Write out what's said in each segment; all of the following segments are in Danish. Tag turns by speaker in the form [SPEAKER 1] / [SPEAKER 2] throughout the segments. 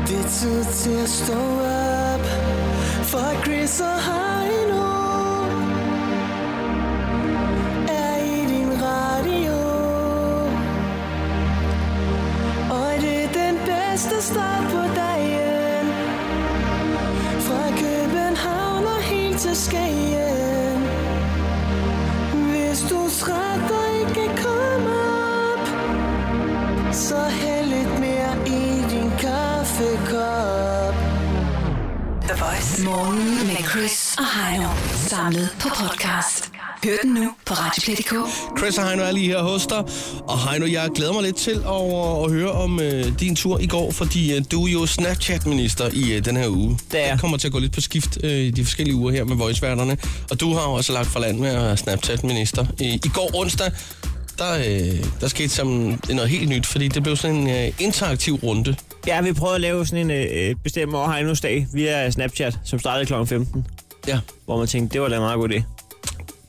[SPEAKER 1] altid til at stå op For Chris og Heino Er i din radio Og det er den bedste start på dagen Fra København og helt til Skagen Hvis du er træt og ikke kan komme op Så hæld lidt mere i din kaffekop
[SPEAKER 2] The Voice. Morgen med Chris og Heino. Samlet på podcast. Hør den nu på Radioplay.dk.
[SPEAKER 3] Chris og Heino er lige her hos dig. Og Heino, jeg glæder mig lidt til at, at høre om øh, din tur i går, fordi øh, du er jo Snapchat-minister i øh, den her uge.
[SPEAKER 4] Det er jeg.
[SPEAKER 3] Det kommer til at gå lidt på skift øh, i de forskellige uger her med voiceværterne. Og du har jo også lagt fra land med at være Snapchat-minister. Øh, I går onsdag, der, øh, der skete sammen noget helt nyt, fordi det blev sådan en øh, interaktiv runde.
[SPEAKER 4] Ja, vi prøvede at lave sådan en øh, bestemt over Heinos dag via Snapchat, som startede kl. 15,
[SPEAKER 3] Ja.
[SPEAKER 4] hvor man tænkte, det var da en meget god idé.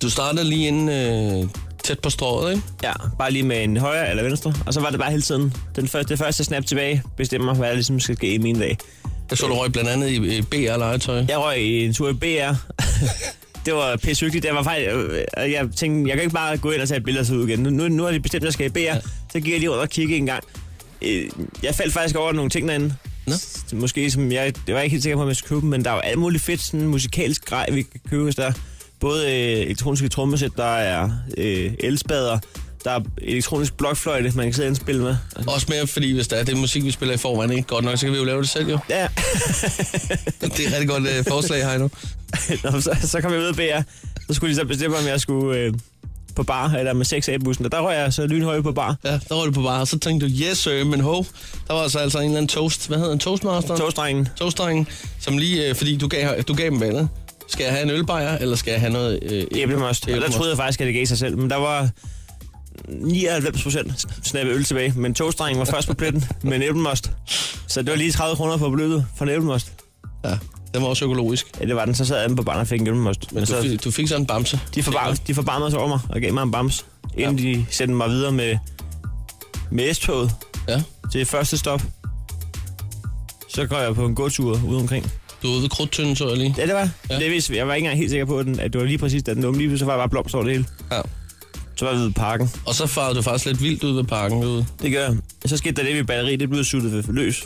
[SPEAKER 3] Du startede lige inden øh, tæt på strået, ikke?
[SPEAKER 4] Ja, bare lige med en højre eller venstre, og så var det bare hele tiden. Den første, det første snap tilbage bestemmer, hvad der ligesom skal ske i min dag.
[SPEAKER 3] Jeg så, du røg blandt andet i øh, BR-legetøj.
[SPEAKER 4] Jeg røg i en tur i BR. det var pissehyggeligt. Det var faktisk, øh, øh, jeg tænkte, jeg kan ikke bare gå ind og tage et billede og så ud igen. Nu, nu, nu har de bestemt, at jeg skal i BR. Ja. Så gik jeg lige rundt og kiggede en gang. Øh, Jeg faldt faktisk over nogle ting derinde.
[SPEAKER 3] Nå.
[SPEAKER 4] S- Måske som jeg, jeg var ikke helt sikker på, om jeg skulle købe dem, men der er jo alt muligt fedt sådan musikalsk grej, vi kan købe, hvis der er. Både øh, elektroniske trommesæt, der er øh, elspader, der er elektronisk blokfløjte, man kan sidde og spille med.
[SPEAKER 3] Også mere, fordi hvis der er det musik, vi spiller i forvejen, ikke godt nok, så kan vi jo lave det selv, jo.
[SPEAKER 4] Ja,
[SPEAKER 3] Det er et rigtig godt øh, forslag, Heino.
[SPEAKER 4] Nå, så, så kom jeg ud af BR. Så skulle de så bestemme, om jeg skulle øh, på bar, eller med 6A-bussen. Og der røg jeg så lynhøje på bar.
[SPEAKER 3] Ja, der var du på bare, og så tænkte du, yes sir, men ho, der var altså, altså en eller anden toast, hvad hedder han, toastmaster?
[SPEAKER 4] Togstrengen.
[SPEAKER 3] Toastdrengen, som lige, øh, fordi du gav, du gav dem valget. Skal jeg have en ølbejer, eller skal jeg have noget... Øh,
[SPEAKER 4] Æblemost. Og der troede jeg faktisk, at det gav sig selv. Men der var 99 procent snappe øl tilbage. Men togstrengen var først på pletten med en æblemost. Så det var lige 30 kroner på beløbet for en æblemost.
[SPEAKER 3] Ja, den var også økologisk.
[SPEAKER 4] Ja, det var den. Så sad jeg inde på baren og fik en æblemost.
[SPEAKER 3] Men
[SPEAKER 4] Men
[SPEAKER 3] du,
[SPEAKER 4] så
[SPEAKER 3] fik, du fik sådan en bamse.
[SPEAKER 4] de, forbarmede, de forbarmede sig over mig og gav mig en bams. Inden de sendte mig videre med, med S-toget
[SPEAKER 3] Ja,
[SPEAKER 4] til første stop. Så går jeg på en gåtur ude omkring.
[SPEAKER 3] du var ude ved krudtønden, så jeg lige.
[SPEAKER 4] Ja, det var.
[SPEAKER 3] Ja.
[SPEAKER 4] Ja. Det vidste, vi. jeg var ikke engang helt sikker på, at, den, at det var lige præcis, da den åbne lige pludselig var der bare blomst over det hele.
[SPEAKER 3] Ja.
[SPEAKER 4] Så var vi ude i parken.
[SPEAKER 3] Og så farede du faktisk lidt vildt ud ved parken derude.
[SPEAKER 4] Det gør jeg. Så skete der det ved batteri, det blev suttet løs.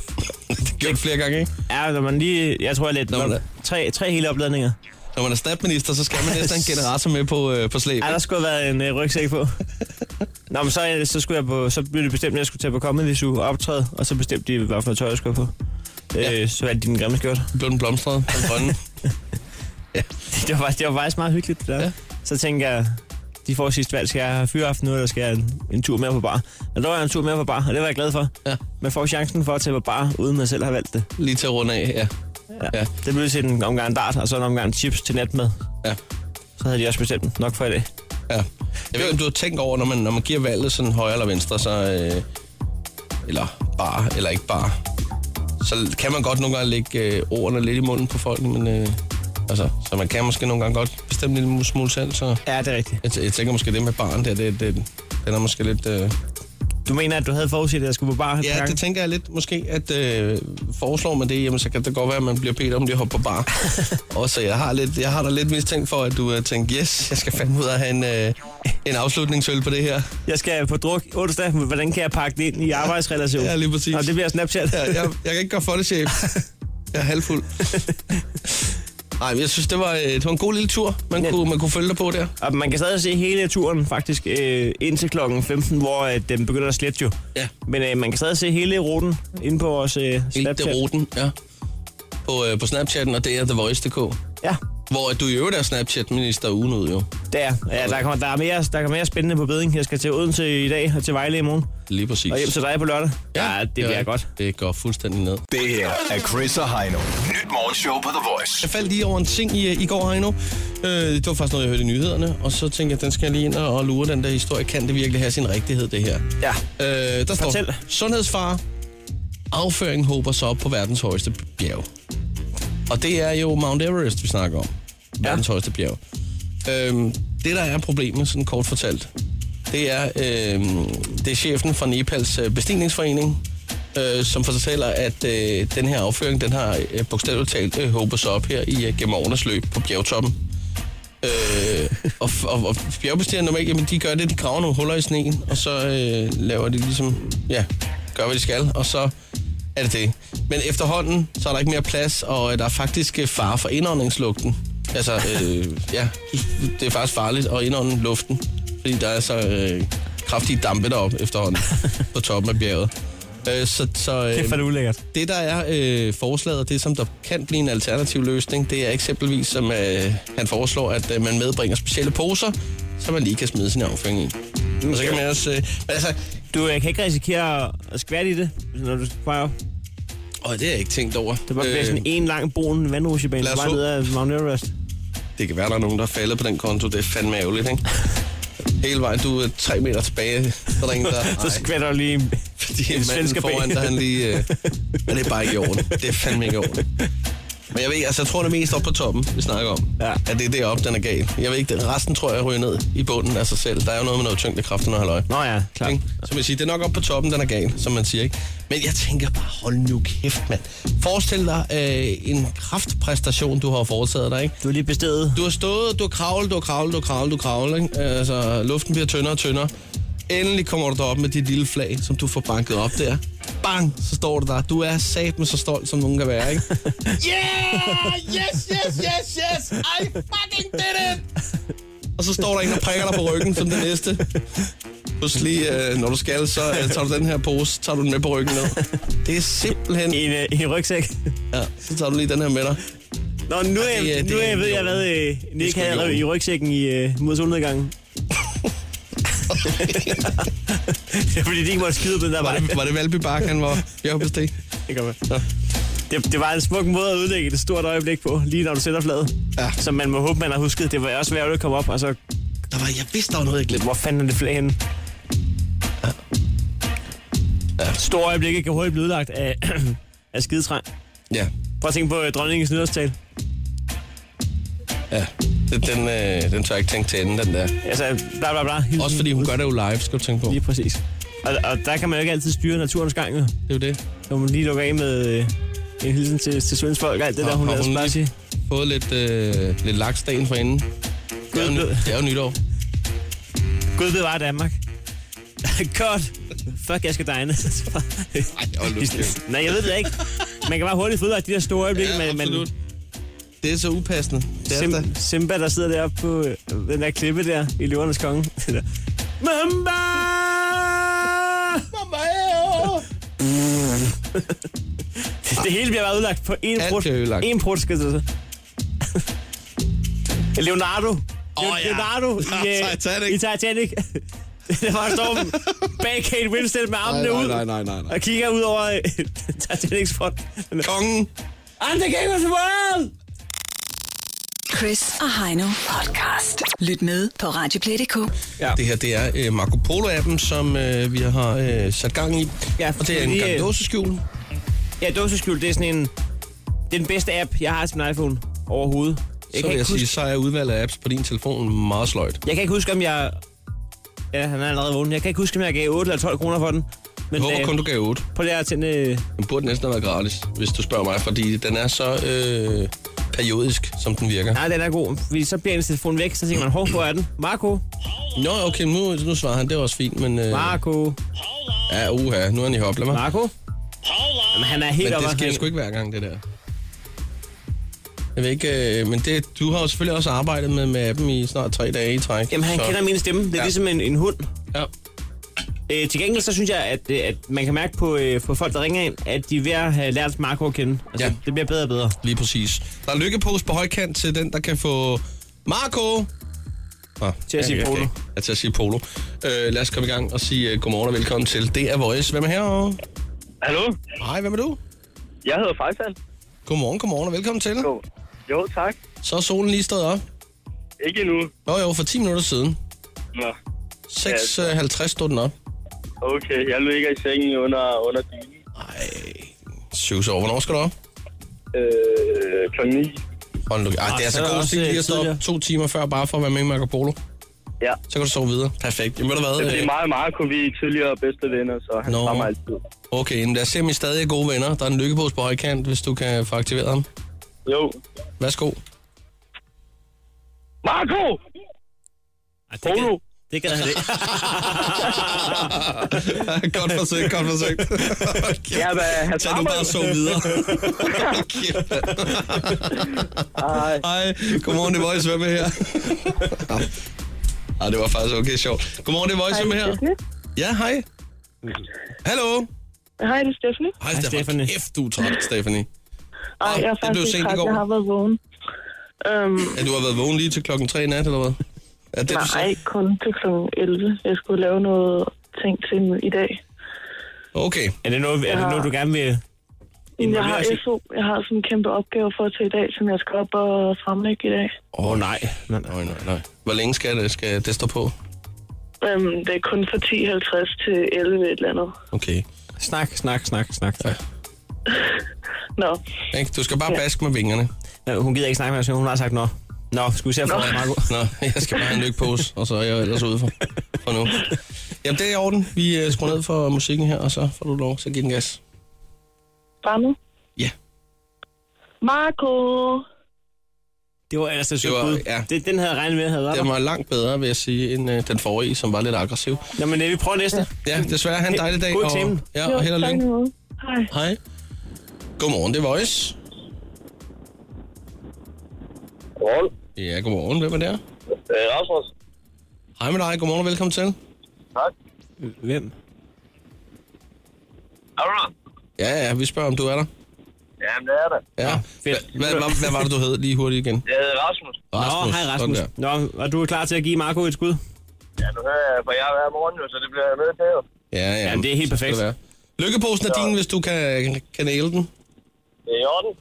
[SPEAKER 3] Det gjorde du flere gange, ikke?
[SPEAKER 4] Ja, når man lige, jeg tror, jeg
[SPEAKER 3] Nå,
[SPEAKER 4] lidt
[SPEAKER 3] men-
[SPEAKER 4] tre, tre hele opladninger.
[SPEAKER 3] Når man er snapminister, så skal man næsten have en generator med på, øh, på slæb.
[SPEAKER 4] Ja, der skulle have været en øh, rygsæk på. Nå, men så, øh, så, skulle jeg på, så blev det bestemt, at jeg skulle tage på Comedy Zoo og optræde, og så bestemte de, hvad for noget tøj jeg skulle have på.
[SPEAKER 3] Ja.
[SPEAKER 4] Ja. Øh, så valgte de den grimme skørt.
[SPEAKER 3] Blev den blomstret, den grønne.
[SPEAKER 4] Det var, faktisk- det var faktisk meget hyggeligt, det der.
[SPEAKER 3] Ja.
[SPEAKER 4] Ja. Så tænker jeg, de får sidste valg, skal jeg have fyreaften nu, eller skal jeg en, en tur mere på bar? Og der var jeg en tur mere på bar, og det var jeg glad for.
[SPEAKER 3] Ja.
[SPEAKER 4] Man får chancen for at tage på bar, uden man selv har valgt det.
[SPEAKER 3] Lige til at runde af, ja. Ja.
[SPEAKER 4] Det blev til en omgang dart, og så en omgang chips til natmad.
[SPEAKER 3] Ja.
[SPEAKER 4] Så havde de også bestemt dem. nok for i dag.
[SPEAKER 3] Ja. Jeg ved ikke, om du har tænkt over, når man, når man giver valget sådan højre eller venstre, så... Øh, eller bare, eller ikke bare. Så kan man godt nogle gange lægge øh, ordene lidt i munden på folk, men... Øh, altså, så man kan måske nogle gange godt bestemme en lille smule selv, så...
[SPEAKER 4] Ja, det er rigtigt.
[SPEAKER 3] Jeg, tæ- jeg tænker måske det med barn der, det, det, den er måske lidt... Øh...
[SPEAKER 4] Du mener, at du havde forudset, at jeg skulle på bar? et par
[SPEAKER 3] Ja,
[SPEAKER 4] gange?
[SPEAKER 3] det tænker jeg lidt måske, at øh, foreslår man det, jamen, så kan det godt være, at man bliver bedt om lige at hoppe på bar. og så jeg har, lidt, jeg har da lidt mistænkt for, at du øh, tænker, yes, jeg skal fandme ud og have en, øh, en afslutningsøl på det her.
[SPEAKER 4] Jeg skal på druk onsdag, men hvordan kan jeg pakke det ind i arbejdsrelation?
[SPEAKER 3] Ja, lige præcis.
[SPEAKER 4] Nå, det bliver Snapchat.
[SPEAKER 3] Ja,
[SPEAKER 4] Ja.
[SPEAKER 3] jeg, jeg kan ikke gøre for det, chef. Jeg er halvfuld. Nej, jeg synes, det var, øh, det var en god lille tur, man,
[SPEAKER 4] Ja.
[SPEAKER 3] kunne, man kunne følge dig på der.
[SPEAKER 4] Og man kan stadig se hele turen faktisk øh, indtil klokken 15, hvor øh, den begynder at slette jo.
[SPEAKER 3] Ja.
[SPEAKER 4] Men øh, man kan stadig se hele ruten inde på vores øh,
[SPEAKER 3] Helt
[SPEAKER 4] Snapchat.
[SPEAKER 3] til ruten, ja. På, øh, på Snapchatten, og det er TheVoice.dk.
[SPEAKER 4] Ja,
[SPEAKER 3] Hvor at du i øvrigt er Snapchat-minister ugen ud, jo.
[SPEAKER 4] det er. Ja, der, kommer, der, er mere, der er mere spændende på beding. Jeg skal til Odense i dag og til Vejle i morgen.
[SPEAKER 3] Lige præcis.
[SPEAKER 4] Og hjem til dig på lørdag. Ja, det bliver
[SPEAKER 3] er-
[SPEAKER 4] godt.
[SPEAKER 3] Det går fuldstændig ned.
[SPEAKER 5] Det her er Chris og Heino. Nyt morgenshow på The Voice.
[SPEAKER 3] Jeg faldt lige over en ting i, i går, Heino. Øh, det var faktisk noget, jeg hørte i nyhederne, og så tænkte jeg, den skal jeg lige ind og, og lure den der historie. Kan det virkelig have sin rigtighed, det her?
[SPEAKER 4] Ja.
[SPEAKER 3] Øh, der står,
[SPEAKER 4] Fortæl.
[SPEAKER 3] sundhedsfare, afføring håber sig op på verdens højeste bjerg. Og det er jo Mount Everest, vi snakker om. Verdens ja. højeste bjerg. Øhm, det, der er problemet, sådan kort fortalt, det er, øhm, det er chefen fra Nepals øh, bestigningsforening, øh, som fortæller, at øh, den her afføring, den har øh, bogstaveligt talt øh, håbet sig op her i øh, gennem årenes løb på bjergtoppen. Øh, og, og, og bjergbestigere normalt, jamen de gør det, de graver nogle huller i sneen, og så øh, laver de ligesom, ja, gør hvad de skal, og så er det det. Men efterhånden, så er der ikke mere plads, og øh, der er faktisk øh, fare for indåndingslugten. Altså, øh, ja, det er faktisk farligt at indånde luften, fordi der er så øh, kraftige dampe deroppe efterhånden på toppen af bjerget. Øh, så, så, øh,
[SPEAKER 4] Kæft, hvor er det ulækkert.
[SPEAKER 3] det, der er øh, forslaget, det som der kan blive en alternativ løsning, det er eksempelvis, som øh, han foreslår, at øh, man medbringer specielle poser, som man lige kan smide sin afføring i. Og så kan man også... Øh, men altså,
[SPEAKER 4] Du øh, kan ikke risikere at skvatte i det, når du fejrer.
[SPEAKER 3] åh, det har jeg ikke tænkt over.
[SPEAKER 4] Det var øh, sådan en lang brun vandrutsjebane,
[SPEAKER 3] lad
[SPEAKER 4] der
[SPEAKER 3] os
[SPEAKER 4] var
[SPEAKER 3] håbe-
[SPEAKER 4] ned ad Mount Everest.
[SPEAKER 3] det kan være, der er nogen, der er faldet på den konto. Det er fandme ærgerligt, ikke? Hele vejen, du er tre meter tilbage, så er der ingen, der...
[SPEAKER 4] Så
[SPEAKER 3] Ej.
[SPEAKER 4] skvatter du lige...
[SPEAKER 3] Fordi
[SPEAKER 4] En
[SPEAKER 3] manden
[SPEAKER 4] svensker bag.
[SPEAKER 3] foran, der han lige... Øh, men det er bare ikke i orden. Det er fandme ikke i orden. Men jeg ved, altså, jeg tror, det er mest op på toppen, vi snakker om.
[SPEAKER 4] Ja.
[SPEAKER 3] At det er deroppe, den er gal. Jeg ved ikke, den resten tror jeg ryger ned i bunden af sig selv. Der er jo noget med noget tyngdekraft og noget halvøj.
[SPEAKER 4] Nå ja, klart.
[SPEAKER 3] Ikke? Som jeg siger, det er nok op på toppen, den er gal, som man siger, ikke? Men jeg tænker bare, hold nu kæft, mand. Forestil dig øh, en kraftpræstation, du har foretaget dig, ikke?
[SPEAKER 4] Du er lige bestedet.
[SPEAKER 3] Du har stået, du har kravlet, du har kravlet, du har kravlet, du har kravlet, ikke? Altså, luften bliver tyndere og tyndere. Endelig kommer du derop med dit lille flag, som du får banket op der. Bang, så står du der. Du er satme så stolt, som nogen kan være, ikke? Yeah! Yes, yes, yes, yes! I fucking did it! Og så står der en, der prikker dig på ryggen som det næste. Pludselig, øh, når du skal, så øh, tager du den her pose, tager du den med på ryggen ned. Det er simpelthen...
[SPEAKER 4] I en, øh, i en rygsæk.
[SPEAKER 3] Ja, så tager du lige den her med dig.
[SPEAKER 4] Nå, nu, er,
[SPEAKER 3] det er-
[SPEAKER 4] jeg,
[SPEAKER 3] det
[SPEAKER 4] nu
[SPEAKER 3] er
[SPEAKER 4] er jeg ved
[SPEAKER 3] i
[SPEAKER 4] jeg,
[SPEAKER 3] orden.
[SPEAKER 4] hvad øh, Nick
[SPEAKER 3] sgu i
[SPEAKER 4] havde
[SPEAKER 3] orden.
[SPEAKER 4] i rygsækken i øh, mod solnedgangen. det er fordi, de ikke måtte skide på den der
[SPEAKER 3] Var
[SPEAKER 4] vej.
[SPEAKER 3] det, var det Valby Bakken, han var bjergbestig?
[SPEAKER 4] Det, kan man. det, det var en smuk måde at ødelægge et stort øjeblik på, lige når du sætter fladet.
[SPEAKER 3] Ja.
[SPEAKER 4] Som man må håbe, man har husket. Det var også svært at komme op, og så,
[SPEAKER 3] Der var, jeg vidste, der var noget, jeg glemte.
[SPEAKER 4] hvor fanden er det flag henne? Ja. Store øjeblikke kan hurtigt blive ødelagt af, af skidetræng.
[SPEAKER 3] Ja,
[SPEAKER 4] Prøv at tænke på øh, dronningens nytårstal.
[SPEAKER 3] ja. Den, den, øh, den tør jeg ikke tænke til enden, den der.
[SPEAKER 4] Altså, bla bla bla. Hilsen.
[SPEAKER 3] Også fordi hun gør det jo live, skal du tænke på.
[SPEAKER 4] Lige præcis. Og, og der kan man jo ikke altid styre naturens gang, jo.
[SPEAKER 3] Det er jo det.
[SPEAKER 4] Når man lige lukker af med øh, en hilsen til, til Svends folk og alt det
[SPEAKER 3] Og
[SPEAKER 4] der, hun
[SPEAKER 3] har
[SPEAKER 4] lavede
[SPEAKER 3] hun
[SPEAKER 4] splash i.
[SPEAKER 3] lige fået lidt, øh, lidt laksdagen for enden. Det er, jo, ny- det er jo nytår.
[SPEAKER 4] Gud bevare Danmark. Godt. Fuck, jeg skal degne.
[SPEAKER 3] hold nu kæft.
[SPEAKER 4] Nej, jeg ved det ikke. Man kan bare hurtigt få ud af de der store øjeblikke. men, men
[SPEAKER 3] Det er så upassende. Det er det.
[SPEAKER 4] Sim, Simba, der sidder deroppe på øh, den der klippe der i Løvernes Konge. Det der. Mamba! Det hele bliver bare udlagt på én
[SPEAKER 3] Alt
[SPEAKER 4] prut.
[SPEAKER 3] bliver ødelagt.
[SPEAKER 4] Én prut skal det så. altså. Leonardo.
[SPEAKER 3] Åh, ja.
[SPEAKER 4] Leonardo i, øh,
[SPEAKER 3] Titanic.
[SPEAKER 4] i Titanic. Der var stormen bag Kate Winslet med armene
[SPEAKER 3] Nej,
[SPEAKER 4] ud.
[SPEAKER 3] nej, nej, nej, nej.
[SPEAKER 4] Og kigger ud over øh, Titanics front.
[SPEAKER 3] Kongen.
[SPEAKER 4] I'm the king of the world!
[SPEAKER 2] Chris og Heino podcast. Lyt med på Radioplay.dk.
[SPEAKER 3] Ja. Det her, det er øh, Marco Polo-appen, som øh, vi har øh, sat gang i.
[SPEAKER 4] Ja,
[SPEAKER 3] og det er en
[SPEAKER 4] fordi, øh,
[SPEAKER 3] gardåseskjul.
[SPEAKER 4] Ja, dåseskjul, det er sådan en... Det er den bedste app, jeg har til min iPhone overhovedet. Jeg,
[SPEAKER 3] Så
[SPEAKER 4] kan,
[SPEAKER 3] vil
[SPEAKER 4] ikke
[SPEAKER 3] jeg sige,
[SPEAKER 4] huske,
[SPEAKER 3] så er udvalget af apps på din telefon meget sløjt.
[SPEAKER 4] jeg kan ikke huske, om jeg... Ja, han er allerede vågen. Jeg kan ikke huske, om jeg gav 8 eller 12 kroner for den. Men øh,
[SPEAKER 3] Jeg håber kun, du gav 8.
[SPEAKER 4] prøv lige at tænde... øh,
[SPEAKER 3] Den burde næsten have været gratis, hvis du spørger mig, fordi den er så øh, periodisk, som den virker.
[SPEAKER 4] Nej, den er god. Fordi så bliver ens telefon væk, så tænker man, hov, hvor er den? Marco?
[SPEAKER 3] Nå, okay, nu, nu svarer han, det var også fint, men... Øh,
[SPEAKER 4] Marco?
[SPEAKER 3] ja, uha, nu er han i hopla, mig.
[SPEAKER 4] Marco? Jamen, han er helt
[SPEAKER 3] Men
[SPEAKER 4] oppe.
[SPEAKER 3] det
[SPEAKER 4] at
[SPEAKER 3] sker
[SPEAKER 4] hænge.
[SPEAKER 3] sgu ikke hver gang, det der. Jeg ved ikke, øh, men det, du har jo selvfølgelig også arbejdet med, med appen i snart tre dage i træk.
[SPEAKER 4] Jamen, han
[SPEAKER 3] så,
[SPEAKER 4] kender min stemme. Det er
[SPEAKER 3] Ja.
[SPEAKER 4] ja. ligesom en, en hund.
[SPEAKER 3] Ja,
[SPEAKER 4] Øh, til gengæld så synes jeg, at, øh, at man kan mærke på, øh, på folk, der ringer ind, at de er ved at have lært Marco at kende. Altså,
[SPEAKER 3] Ja.
[SPEAKER 4] ja. det bliver bedre og bedre.
[SPEAKER 3] lige præcis. Der er lykkepose på højkant til den, der kan få Marco... Ah,
[SPEAKER 4] Til at sige
[SPEAKER 3] jeg kan
[SPEAKER 4] polo.
[SPEAKER 3] ikke. Ja, til at sige polo. Øh, lad os komme i gang og sige øh, godmorgen og velkommen til. Det er Voice. Hvem er her?
[SPEAKER 6] Hallo,
[SPEAKER 3] Hej, hvem er du?
[SPEAKER 6] jeg hedder Faisal.
[SPEAKER 3] Godmorgen, godmorgen og velkommen til.
[SPEAKER 6] Jo, jo tak.
[SPEAKER 3] Så er solen lige stået op.
[SPEAKER 6] Ikke endnu.
[SPEAKER 3] Jo jo, for 10 minutter siden.
[SPEAKER 6] Nå,
[SPEAKER 3] 6.50 stod den op.
[SPEAKER 6] okay. Jeg ligger i sengen under, under dynen.
[SPEAKER 3] Ej, syv år. Hvornår skal du op?
[SPEAKER 6] Øh, klokken 9.
[SPEAKER 3] Hold nu. Ej, det er
[SPEAKER 4] Ej,
[SPEAKER 3] så
[SPEAKER 4] så er
[SPEAKER 3] god
[SPEAKER 4] også,
[SPEAKER 3] stil lige
[SPEAKER 4] øh,
[SPEAKER 3] at stå op
[SPEAKER 4] tidligere.
[SPEAKER 3] to timer før, bare for at være med i Marco Polo.
[SPEAKER 6] Ja.
[SPEAKER 3] Så kan du sove videre. Perfekt. Jamen, ved du
[SPEAKER 6] Det
[SPEAKER 3] hvad?
[SPEAKER 6] er fordi
[SPEAKER 3] øh,
[SPEAKER 6] mig og Mark kunne vi tidligere bedste venner, så han
[SPEAKER 3] Nå.
[SPEAKER 6] no. mig altid.
[SPEAKER 3] Okay, jamen, lad os se, om I stadig er gode venner. Der er en lykkepose på højkant, hvis du kan få aktiveret ham.
[SPEAKER 6] Jo.
[SPEAKER 3] Værsgo.
[SPEAKER 6] Marco!
[SPEAKER 4] Ej, det,
[SPEAKER 6] Polo!
[SPEAKER 4] gad, det gad han ikke.
[SPEAKER 3] godt forsøgt, godt forsøgt. Okay.
[SPEAKER 6] Ja, hvad? Han
[SPEAKER 3] Tag nu Altså, bare og sov videre. Kæft, mand.
[SPEAKER 6] Ej,
[SPEAKER 3] Hej, godmorgen, det er Voice, hvem er her? Ej, det var faktisk okay sjovt. Godmorgen, det er Voice, hvem er her? Ja, hej. Hallo.
[SPEAKER 7] Hej, det er Stephanie.
[SPEAKER 3] Hej,
[SPEAKER 4] Hej,
[SPEAKER 3] Stefanie.
[SPEAKER 4] Stephanie.
[SPEAKER 3] Kæft, du er træt, Stefanie. Åh,
[SPEAKER 7] Ej, jeg
[SPEAKER 3] det
[SPEAKER 7] er
[SPEAKER 3] blev
[SPEAKER 7] faktisk
[SPEAKER 3] sent i
[SPEAKER 7] ikke træt.
[SPEAKER 3] går.
[SPEAKER 7] Jeg har været vågen. Øhm,
[SPEAKER 3] Ja, du har været vågen lige til klokken 3 i nat, eller hvad? Er det, du
[SPEAKER 7] nej,
[SPEAKER 3] siger?
[SPEAKER 7] kun til kl. 11. Jeg skulle lave noget ting til i dag.
[SPEAKER 3] Okay,
[SPEAKER 4] Er det noget, er det noget du gerne vil
[SPEAKER 7] jeg har
[SPEAKER 4] involvere sig i?
[SPEAKER 7] SO. Jeg har sådan en kæmpe opgave for til i dag, som jeg skal op og fremlægge i dag.
[SPEAKER 4] Åh, oh, nej. Men,
[SPEAKER 3] Nej, nej, nej. Hvor længe skal det, skal det stå på?
[SPEAKER 7] Øhm, det er kun fra 10.50 til 11 et eller andet.
[SPEAKER 3] Okay.
[SPEAKER 4] snak, snak, snak, snak. snak.
[SPEAKER 7] Nå,
[SPEAKER 3] Ikke? Du skal bare baske med vingerne.
[SPEAKER 4] Ja. Hun gider ikke snakke med os, hun har sagt nå. Nå, skal vi se at få Marco?
[SPEAKER 3] Nå, jeg skal bare have en lykkepose, og så er jeg ellers ude for, for nu. Jamen, det er i orden. Vi øh, skruer ned for musikken her, og så får du lov. Så giv den gas.
[SPEAKER 7] bare nu.
[SPEAKER 3] Ja.
[SPEAKER 7] Marco!
[SPEAKER 4] Det var ellers et sødt
[SPEAKER 3] Det var-
[SPEAKER 4] bud.
[SPEAKER 3] ja.
[SPEAKER 4] Det, den havde jeg regnet med, havde været
[SPEAKER 3] Den
[SPEAKER 4] der.
[SPEAKER 3] var langt bedre, vil jeg sige, end øh, den forrige, som var lidt aggressiv.
[SPEAKER 4] Nå, men øh, vi prøver næste.
[SPEAKER 3] Ja, desværre. Ha' en dejlig dag.
[SPEAKER 4] God
[SPEAKER 3] og,
[SPEAKER 4] eksamen.
[SPEAKER 3] Ja, og held og
[SPEAKER 7] tak
[SPEAKER 3] lykke.
[SPEAKER 7] i måde. Hej.
[SPEAKER 3] Hej. Godmorgen, det er Voice.
[SPEAKER 6] Godmorgen.
[SPEAKER 3] Ja, godmorgen. Hvem er der?
[SPEAKER 6] Øh, Rasmus.
[SPEAKER 3] Hej med dig. Godmorgen og velkommen til.
[SPEAKER 6] Tak.
[SPEAKER 4] Hvem?
[SPEAKER 6] Er du der?
[SPEAKER 3] Ja, ja, vi spørger, om du er der.
[SPEAKER 6] Jamen, det er det.
[SPEAKER 3] Ja.
[SPEAKER 4] Ah, fedt.
[SPEAKER 3] Hvad, hvad, hvad var det, du hed lige hurtigt igen?
[SPEAKER 6] Jeg hedder Rasmus.
[SPEAKER 4] Nå, hej Rasmus.
[SPEAKER 3] Sådan der.
[SPEAKER 4] Nå, og du er klar til at give Marco et skud?
[SPEAKER 6] Ja, nu hører jeg, for jeg er hver morgen jo, så det bliver jeg nødt til jo.
[SPEAKER 3] Ja, ja.
[SPEAKER 4] Jamen, det er helt
[SPEAKER 3] så skal
[SPEAKER 4] perfekt.
[SPEAKER 3] det være. Lykkeposen er din, hvis du kan, kan næle den.
[SPEAKER 6] Det er i orden.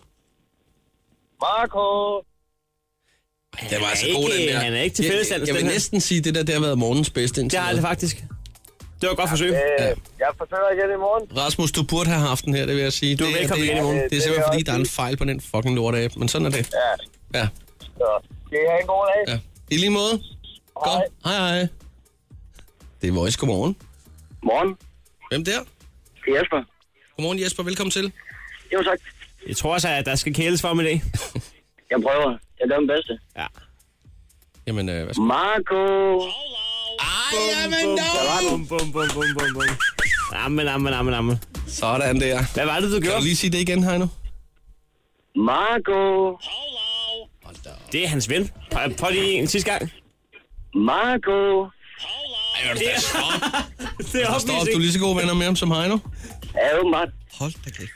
[SPEAKER 6] Marco!
[SPEAKER 3] Det var
[SPEAKER 4] er
[SPEAKER 3] altså
[SPEAKER 4] ikke-
[SPEAKER 3] god, den der.
[SPEAKER 4] han er ikke til
[SPEAKER 3] Jeg-
[SPEAKER 4] fællesandens,
[SPEAKER 3] Jeg vil
[SPEAKER 4] den her.
[SPEAKER 3] næsten sige, det der, det har været morgens bedste indtil
[SPEAKER 4] Det har jeg det
[SPEAKER 3] videre.
[SPEAKER 4] faktisk. Det var et godt forsøg.
[SPEAKER 6] Øh,
[SPEAKER 3] Ja.
[SPEAKER 6] ja. Jeg forsøger igen i morgen.
[SPEAKER 3] Rasmus, du burde have haft den her, det vil jeg sige. Du
[SPEAKER 4] er velkommen
[SPEAKER 3] det,
[SPEAKER 4] igen i morgen.
[SPEAKER 3] Det, det er
[SPEAKER 6] Det vil
[SPEAKER 3] simpelthen,
[SPEAKER 6] jeg
[SPEAKER 3] fordi
[SPEAKER 6] også
[SPEAKER 3] der er en fejl på den fucking lorte men sådan er det.
[SPEAKER 6] Ja,
[SPEAKER 3] Ja,
[SPEAKER 6] så skal I have en god dag.
[SPEAKER 3] ja. I lige måde. Godt. Hej, hej. Det er Voice. Godmorgen.
[SPEAKER 6] Morgen.
[SPEAKER 3] Hvem der?
[SPEAKER 6] Jesper.
[SPEAKER 3] Godmorgen Jesper, velkommen til.
[SPEAKER 6] Jo, tak.
[SPEAKER 4] Jeg tror også, at der skal kæles for mig i dag.
[SPEAKER 6] Jeg prøver. Jeg gør min bedste.
[SPEAKER 4] Ja.
[SPEAKER 3] Jamen, øh, hvad skal
[SPEAKER 6] Marco!
[SPEAKER 3] Ej, jamen, no!
[SPEAKER 4] Bum, bum, bum, bum, bum, bum. Amen, amen, amen, amen.
[SPEAKER 3] Sådan der.
[SPEAKER 4] Hvad var det, du
[SPEAKER 3] Kan
[SPEAKER 4] gjorde?
[SPEAKER 3] du lige sige det igen, Heino?
[SPEAKER 6] Marco!
[SPEAKER 4] Det er hans ven. Prøv- Prøv lige en sidste gang.
[SPEAKER 6] Marco!
[SPEAKER 3] Ej, hvad er det, der står?
[SPEAKER 4] Det er
[SPEAKER 3] Står, at du er
[SPEAKER 4] opvisning.
[SPEAKER 3] lige så gode venner med ham som Heino?
[SPEAKER 6] Er du Mark?
[SPEAKER 3] Hold da kæft.
[SPEAKER 4] Hvad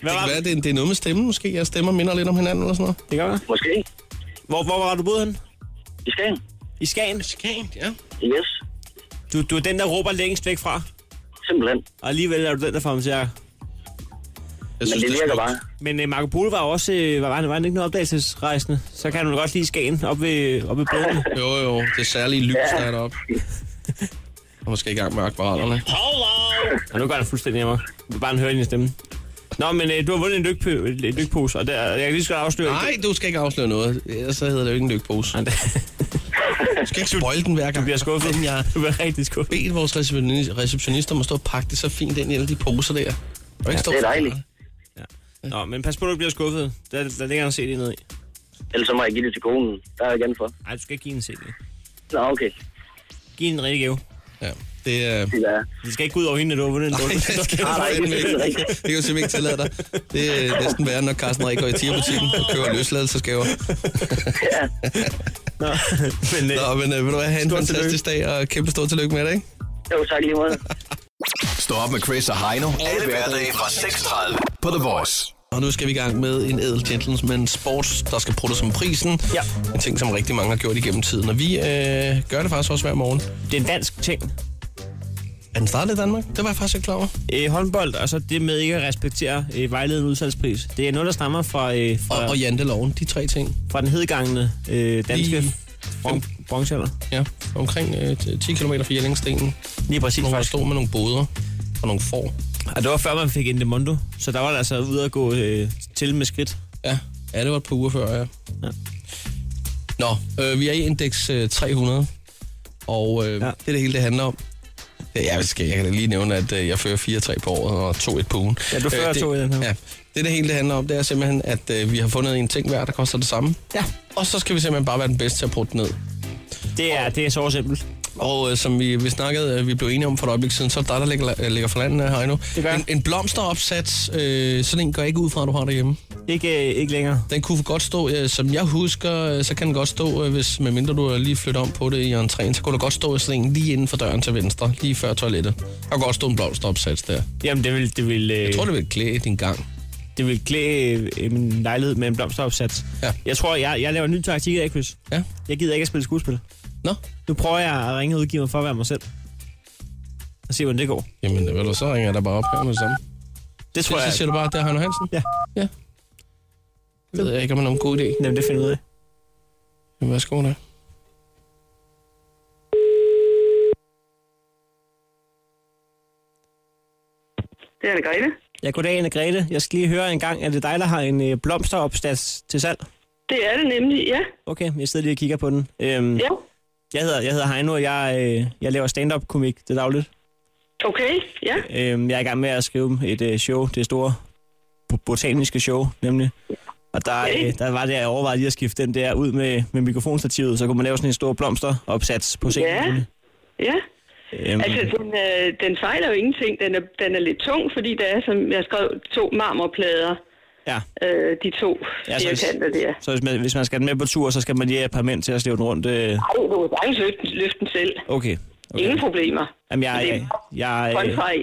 [SPEAKER 3] Det
[SPEAKER 4] var
[SPEAKER 3] kan være,
[SPEAKER 4] det?
[SPEAKER 3] det, er- det er noget med stemmen måske. Jeg stemmer minder lidt om hinanden eller sådan noget.
[SPEAKER 4] Det kan være.
[SPEAKER 6] Måske.
[SPEAKER 4] Hvor, hvor var du boet hen?
[SPEAKER 6] I Skagen?
[SPEAKER 4] I Skagen.
[SPEAKER 3] Skænt, ja.
[SPEAKER 6] Yes.
[SPEAKER 4] Du, du er den, der råber længst væk fra.
[SPEAKER 6] Simpelthen.
[SPEAKER 4] Og alligevel er du den, der får ham til at...
[SPEAKER 6] Men
[SPEAKER 3] Jeg
[SPEAKER 6] det
[SPEAKER 3] er
[SPEAKER 6] virker
[SPEAKER 3] smukt.
[SPEAKER 6] bare.
[SPEAKER 4] Men øh, Marco Polo var jo også... Øh, var, han, var han ikke noget opdagelsesrejsende? Så kan du godt lige Skagen op ved, op ved båden.
[SPEAKER 3] Jo, jo. Det særlige lys, der er deroppe. Og måske i gang med akvarellerne.
[SPEAKER 4] Og nu går det fuldstændig hjemme. Du kan bare høre din stemme. Nå, men øh, du har vundet en lykpø- en lykpose, og der, jeg kan lige så godt afsløre...
[SPEAKER 3] Nej, du skal ikke afsløre noget. Ellers så hedder det jo ikke en lykkepose.
[SPEAKER 4] Nej, det-
[SPEAKER 3] Du skal ikke spoil den hver gang. Du
[SPEAKER 4] bliver skuffet.
[SPEAKER 3] Jeg
[SPEAKER 4] Du var rigtig skuffet.
[SPEAKER 3] bedt vores receptionist- receptionister om at stå og pakke det så fint ind i alle de poser der. Og ikke stå
[SPEAKER 6] det er dejligt.
[SPEAKER 4] Nå, men pas på, at du ikke bliver skuffet. Der, der ligger en CD ned i.
[SPEAKER 6] Ellers så må jeg give det til konen. Der er jeg igen for.
[SPEAKER 4] Nej, du skal ikke give en CD.
[SPEAKER 6] Nå, okay.
[SPEAKER 4] Giv en rigtig gave.
[SPEAKER 3] Ja, det er... Øh...
[SPEAKER 6] Ja.
[SPEAKER 4] Det skal ikke gå ud over hende, at du har vundet en
[SPEAKER 3] Nej,
[SPEAKER 4] lån.
[SPEAKER 3] det skal du
[SPEAKER 6] nej,
[SPEAKER 3] fandme
[SPEAKER 6] det er
[SPEAKER 3] ikke. Det
[SPEAKER 6] rigtigt.
[SPEAKER 3] kan jeg simpelthen ikke tillade dig. Det er næsten værre, når Carsten Rik går i tierbutikken og køber løsladelsesgaver.
[SPEAKER 6] ja.
[SPEAKER 4] Nå, men, øh,
[SPEAKER 3] Nå, men øh, vil du have, have en
[SPEAKER 4] Stort
[SPEAKER 3] fantastisk dag, og kæmpe stor tillykke med det, ikke?
[SPEAKER 6] Jo, tak lige måde.
[SPEAKER 5] Stå op med Chris og Heino. Alle hverdage fra 6.30 på The Voice.
[SPEAKER 3] Og nu skal vi i gang med en edel gentleman sport, der skal prutte som prisen.
[SPEAKER 4] Ja.
[SPEAKER 3] En ting, som rigtig mange har gjort igennem tiden. Og vi øh, gør det faktisk også hver morgen.
[SPEAKER 4] det er en dansk ting.
[SPEAKER 3] Er den startet i Danmark? Det var jeg faktisk ikke klar over.
[SPEAKER 4] Øh, håndbold, og så det med ikke at respektere øh, vejledende udsalgspris. Det er noget, der stammer fra, øh,
[SPEAKER 3] Og,
[SPEAKER 4] fra,
[SPEAKER 3] og janteloven, de tre ting.
[SPEAKER 4] fra den hedgangende øh, danske
[SPEAKER 3] Lige-
[SPEAKER 4] bron- bronzealder.
[SPEAKER 3] Ja, omkring øh, 10 km fra Jellingstenen.
[SPEAKER 4] Lige præcis,
[SPEAKER 3] Nogle der
[SPEAKER 4] faktisk.
[SPEAKER 3] stod med nogle boder og nogle får.
[SPEAKER 4] Og det var før, man fik Indemondo, så der var det altså ude at gå øh, til med skridt.
[SPEAKER 3] Ja, ja det var et par uger før, ja.
[SPEAKER 4] Ja.
[SPEAKER 3] Nå, øh, vi er i indeks øh, 300. Og øh, ja. det er det hele, det handler om. Ja, jeg, skal, jeg kan da lige nævne, at øh, jeg fører 4-3 på året og 2-1 på ugen. Øh,
[SPEAKER 4] Ja, du fører
[SPEAKER 3] det-
[SPEAKER 4] 2-1 den her.
[SPEAKER 3] Ja. Det, det hele det handler om, det er simpelthen, at øh, vi har fundet en ting hver, der koster det samme.
[SPEAKER 4] Ja.
[SPEAKER 3] Og så skal vi simpelthen bare være den bedste til at bruge den ned.
[SPEAKER 4] Det er, det er så simpelt.
[SPEAKER 3] Og øh, som vi, vi snakkede, øh, vi blev enige om for et øjeblik siden, så er det dig, der ligger, øh, ligger for landet her endnu.
[SPEAKER 4] gør
[SPEAKER 3] En,
[SPEAKER 4] jeg.
[SPEAKER 3] en blomsteropsats, øh, sådan en går jeg ikke ud fra, at du har derhjemme.
[SPEAKER 4] Ikke, øh, ikke længere.
[SPEAKER 3] Den kunne godt stå, øh, som jeg husker, øh, så kan den godt stå, øh, hvis medmindre du lige flytter om på det i entréen, så kunne der godt stå sådan en lige inden for døren til venstre, lige før toilettet. Der kunne godt stå en blomsteropsats der.
[SPEAKER 4] Jamen, det vil, det vil, øh,
[SPEAKER 3] Jeg tror, det vil klæde din gang.
[SPEAKER 4] det vil klæde øh, min lejlighed med en blomsteropsats.
[SPEAKER 3] Ja.
[SPEAKER 4] Jeg tror, jeg, jeg laver en ny taktik i dag, Chris.
[SPEAKER 3] Ja.
[SPEAKER 4] Jeg gider ikke at spille skuespil.
[SPEAKER 3] Nå,
[SPEAKER 4] Nu prøver jeg at ringe udgiveren for at være mig selv. Og se, hvordan det går.
[SPEAKER 3] jamen ved du, så ringer jeg dig bare op her med det samme.
[SPEAKER 4] Det tror
[SPEAKER 3] Så,
[SPEAKER 4] jeg,
[SPEAKER 3] så siger du bare, det er Heino Hansen?
[SPEAKER 4] Ja.
[SPEAKER 3] Ja. Det ved jeg ikke, om han er en god idé.
[SPEAKER 4] nemt at finde ud af.
[SPEAKER 3] Men værsgo da.
[SPEAKER 7] Det er Anne-Grethe.
[SPEAKER 4] Ja, goddag, Anne Grete. Jeg skal lige høre en gang, er det dig, der har en øh, blomsteropsats til salg?
[SPEAKER 7] Det er det nemlig, ja.
[SPEAKER 4] Okay, jeg sidder lige og kigger på den. Øhm,
[SPEAKER 7] ja.
[SPEAKER 4] jeg, hedder, jeg hedder Heino, og jeg, øh, jeg laver stand-up-komik det dagligt.
[SPEAKER 7] Okay, ja.
[SPEAKER 4] Øhm, jeg er i gang med at skrive et øh, show, det store bo- botaniske show, nemlig. Og der,
[SPEAKER 7] Okay.
[SPEAKER 4] øh, der var det, jeg overvejede lige at skifte den der ud med, med mikrofonstativet, så kunne man lave sådan en stor blomsteropsats på scenen.
[SPEAKER 7] Ja. Ja,
[SPEAKER 4] Øhm,
[SPEAKER 7] altså den, øh, den fejler jo ingenting. Den er, den er lidt tung, fordi der er, som jeg skrev, to marmorplader.
[SPEAKER 4] ja.
[SPEAKER 7] Øh, de to
[SPEAKER 4] Ja,
[SPEAKER 7] ja,
[SPEAKER 4] så-
[SPEAKER 7] firkanter der.
[SPEAKER 4] Så hvis man, hvis man skal den med på tur, så skal man lige have et par mænd til at slæve den rundt. Øh.
[SPEAKER 7] Ej, du kan sagtens løfte, den- løfte den selv.
[SPEAKER 4] Okay.
[SPEAKER 7] Okay. Ingen problemer.
[SPEAKER 4] Jamen, jeg,
[SPEAKER 7] Det er
[SPEAKER 4] jeg, jeg, jeg,
[SPEAKER 7] Kontra,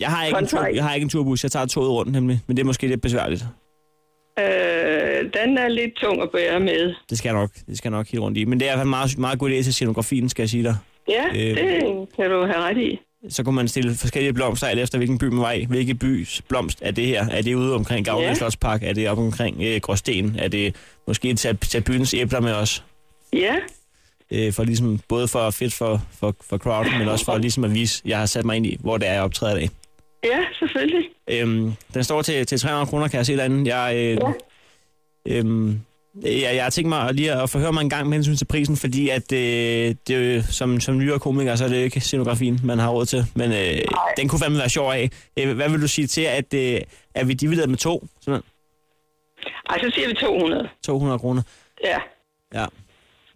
[SPEAKER 4] Jeg har ikke, en tur,
[SPEAKER 7] Kontra-
[SPEAKER 4] jeg har ikke en turbus, jeg tager toget rundt nemlig, men det er måske lidt besværligt.
[SPEAKER 7] øh, den er lidt tung at bære med.
[SPEAKER 4] Det skal jeg nok, det skal jeg nok helt rundt i. Men det er i hvert fald en meget, meget god idé til scenografien, skal jeg sige dig.
[SPEAKER 7] Ja,
[SPEAKER 4] Øh.
[SPEAKER 7] øh. det kan du have ret i.
[SPEAKER 4] Så kunne man stille forskellige blomster, alt efter hvilken by man var i. Hvilke bys blomst er det her? Er det ude omkring Gavle
[SPEAKER 7] Ja.
[SPEAKER 4] yeah. Slotspark? Er det op omkring øh, Gråsten? Er det måske tage, tage byens æbler med os?
[SPEAKER 7] Ja,
[SPEAKER 4] Øh, for ligesom, både for fedt for, for, for crowden, men også for ligesom at vise, jeg har sat mig ind i, hvor det er, jeg optræder i dag.
[SPEAKER 7] ja, selvfølgelig.
[SPEAKER 4] Øhm, den står til, til 300 kroner, kan jeg se derinde. Jeg, øh, ja. øhm, jeg, jeg har tænkt mig lige at forhøre mig en gang med hensyn til prisen, fordi at, øh, det, er jo- som, som nyere komiker, så er det jo ikke scenografien, man har råd til. Men øh, den kunne fandme være sjov af. Øh, hvad vil du sige til, at, øh, at vi dividerer med to? Sådan,
[SPEAKER 7] Ej, så siger vi 200.
[SPEAKER 4] 200 kroner.
[SPEAKER 7] Ja.
[SPEAKER 4] Ja.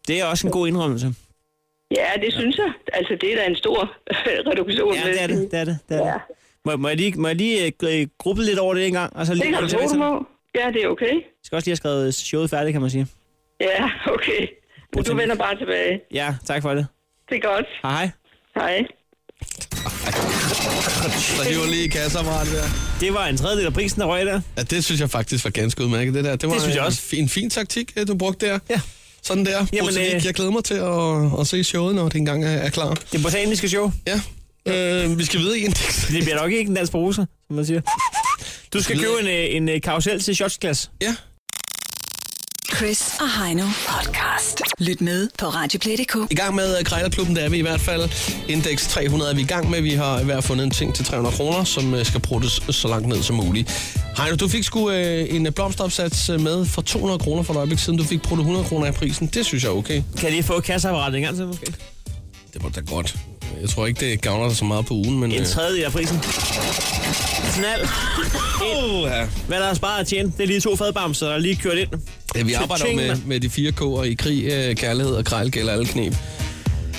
[SPEAKER 4] Det er også en god indrømmelse.
[SPEAKER 7] Ja, det synes jeg. Altså, det er da en stor øh, reduktion.
[SPEAKER 4] Ja, det er det. det, er det, det, er det.
[SPEAKER 7] Ja.
[SPEAKER 4] Må, må jeg lige, må jeg lige øh, gri- gruble lidt over det en gang? Og så lige
[SPEAKER 7] Det kan
[SPEAKER 4] komme
[SPEAKER 7] du
[SPEAKER 4] tilbage
[SPEAKER 7] tro,
[SPEAKER 4] til
[SPEAKER 7] du
[SPEAKER 4] det?
[SPEAKER 7] må. Ja, det er okay.
[SPEAKER 4] Jeg skal også lige have skrevet showet færdigt, kan man sige.
[SPEAKER 7] Ja, okay. Men du
[SPEAKER 4] Botanik.
[SPEAKER 7] vender bare tilbage.
[SPEAKER 4] Ja, tak for det.
[SPEAKER 7] Det er godt.
[SPEAKER 4] Hej hej.
[SPEAKER 7] Hej.
[SPEAKER 3] Så det var lige i kasseapparatet der.
[SPEAKER 4] Det var en tredjedel af prisen, der røg der.
[SPEAKER 3] Ja, det synes jeg faktisk var ganske udmærket, det der. Det, var
[SPEAKER 4] Det synes jeg
[SPEAKER 3] en
[SPEAKER 4] også.
[SPEAKER 3] fin- En fin taktik, øh, du brugte der.
[SPEAKER 4] Ja.
[SPEAKER 3] Sådan der.
[SPEAKER 4] Jamen,
[SPEAKER 3] Jamen, øh...
[SPEAKER 4] øh,
[SPEAKER 3] Jeg glæder mig til at, at se showet, når det engang er, er klar.
[SPEAKER 4] Det botaniske show.
[SPEAKER 3] Ja. Øh, vi skal videre i indeks.
[SPEAKER 4] Det bliver nok ikke en dansk bruser, som man siger. Du skal købe en, øh, en øh, karusel til shotsglas.
[SPEAKER 3] Ja.
[SPEAKER 2] Chris og Heino podcast. Lyt med på Radioplay.dk.
[SPEAKER 3] I gang med øh, Krejlerklubben, der er vi i hvert fald. Indeks 300 er vi i gang med. Vi har hver fundet en ting til 300 kroner, som øh, skal bruges så langt ned som muligt. Heino, du fik sgu øh, en øh, blomsteropsats øh, med for 200 kroner for et øjeblik siden. Du fik brugt 100 kroner af prisen. Det synes jeg er okay.
[SPEAKER 4] Kan jeg lige få kasseapparatet en gang til, måske?
[SPEAKER 3] Det var da godt. Jeg tror ikke, det gavner dig så meget på ugen, men... øh,
[SPEAKER 4] En tredjedel af prisen. Knald.
[SPEAKER 3] uh, ja.
[SPEAKER 4] Hvad der er sparet at tjene, det er lige to fadbamser, der er lige kørt ind.
[SPEAKER 3] Ja, vi arbejder jo
[SPEAKER 4] Cha-ching,
[SPEAKER 3] med,
[SPEAKER 4] mand.
[SPEAKER 3] med de fire K'er i krig, øh, kærlighed og krejl gælder alle knep.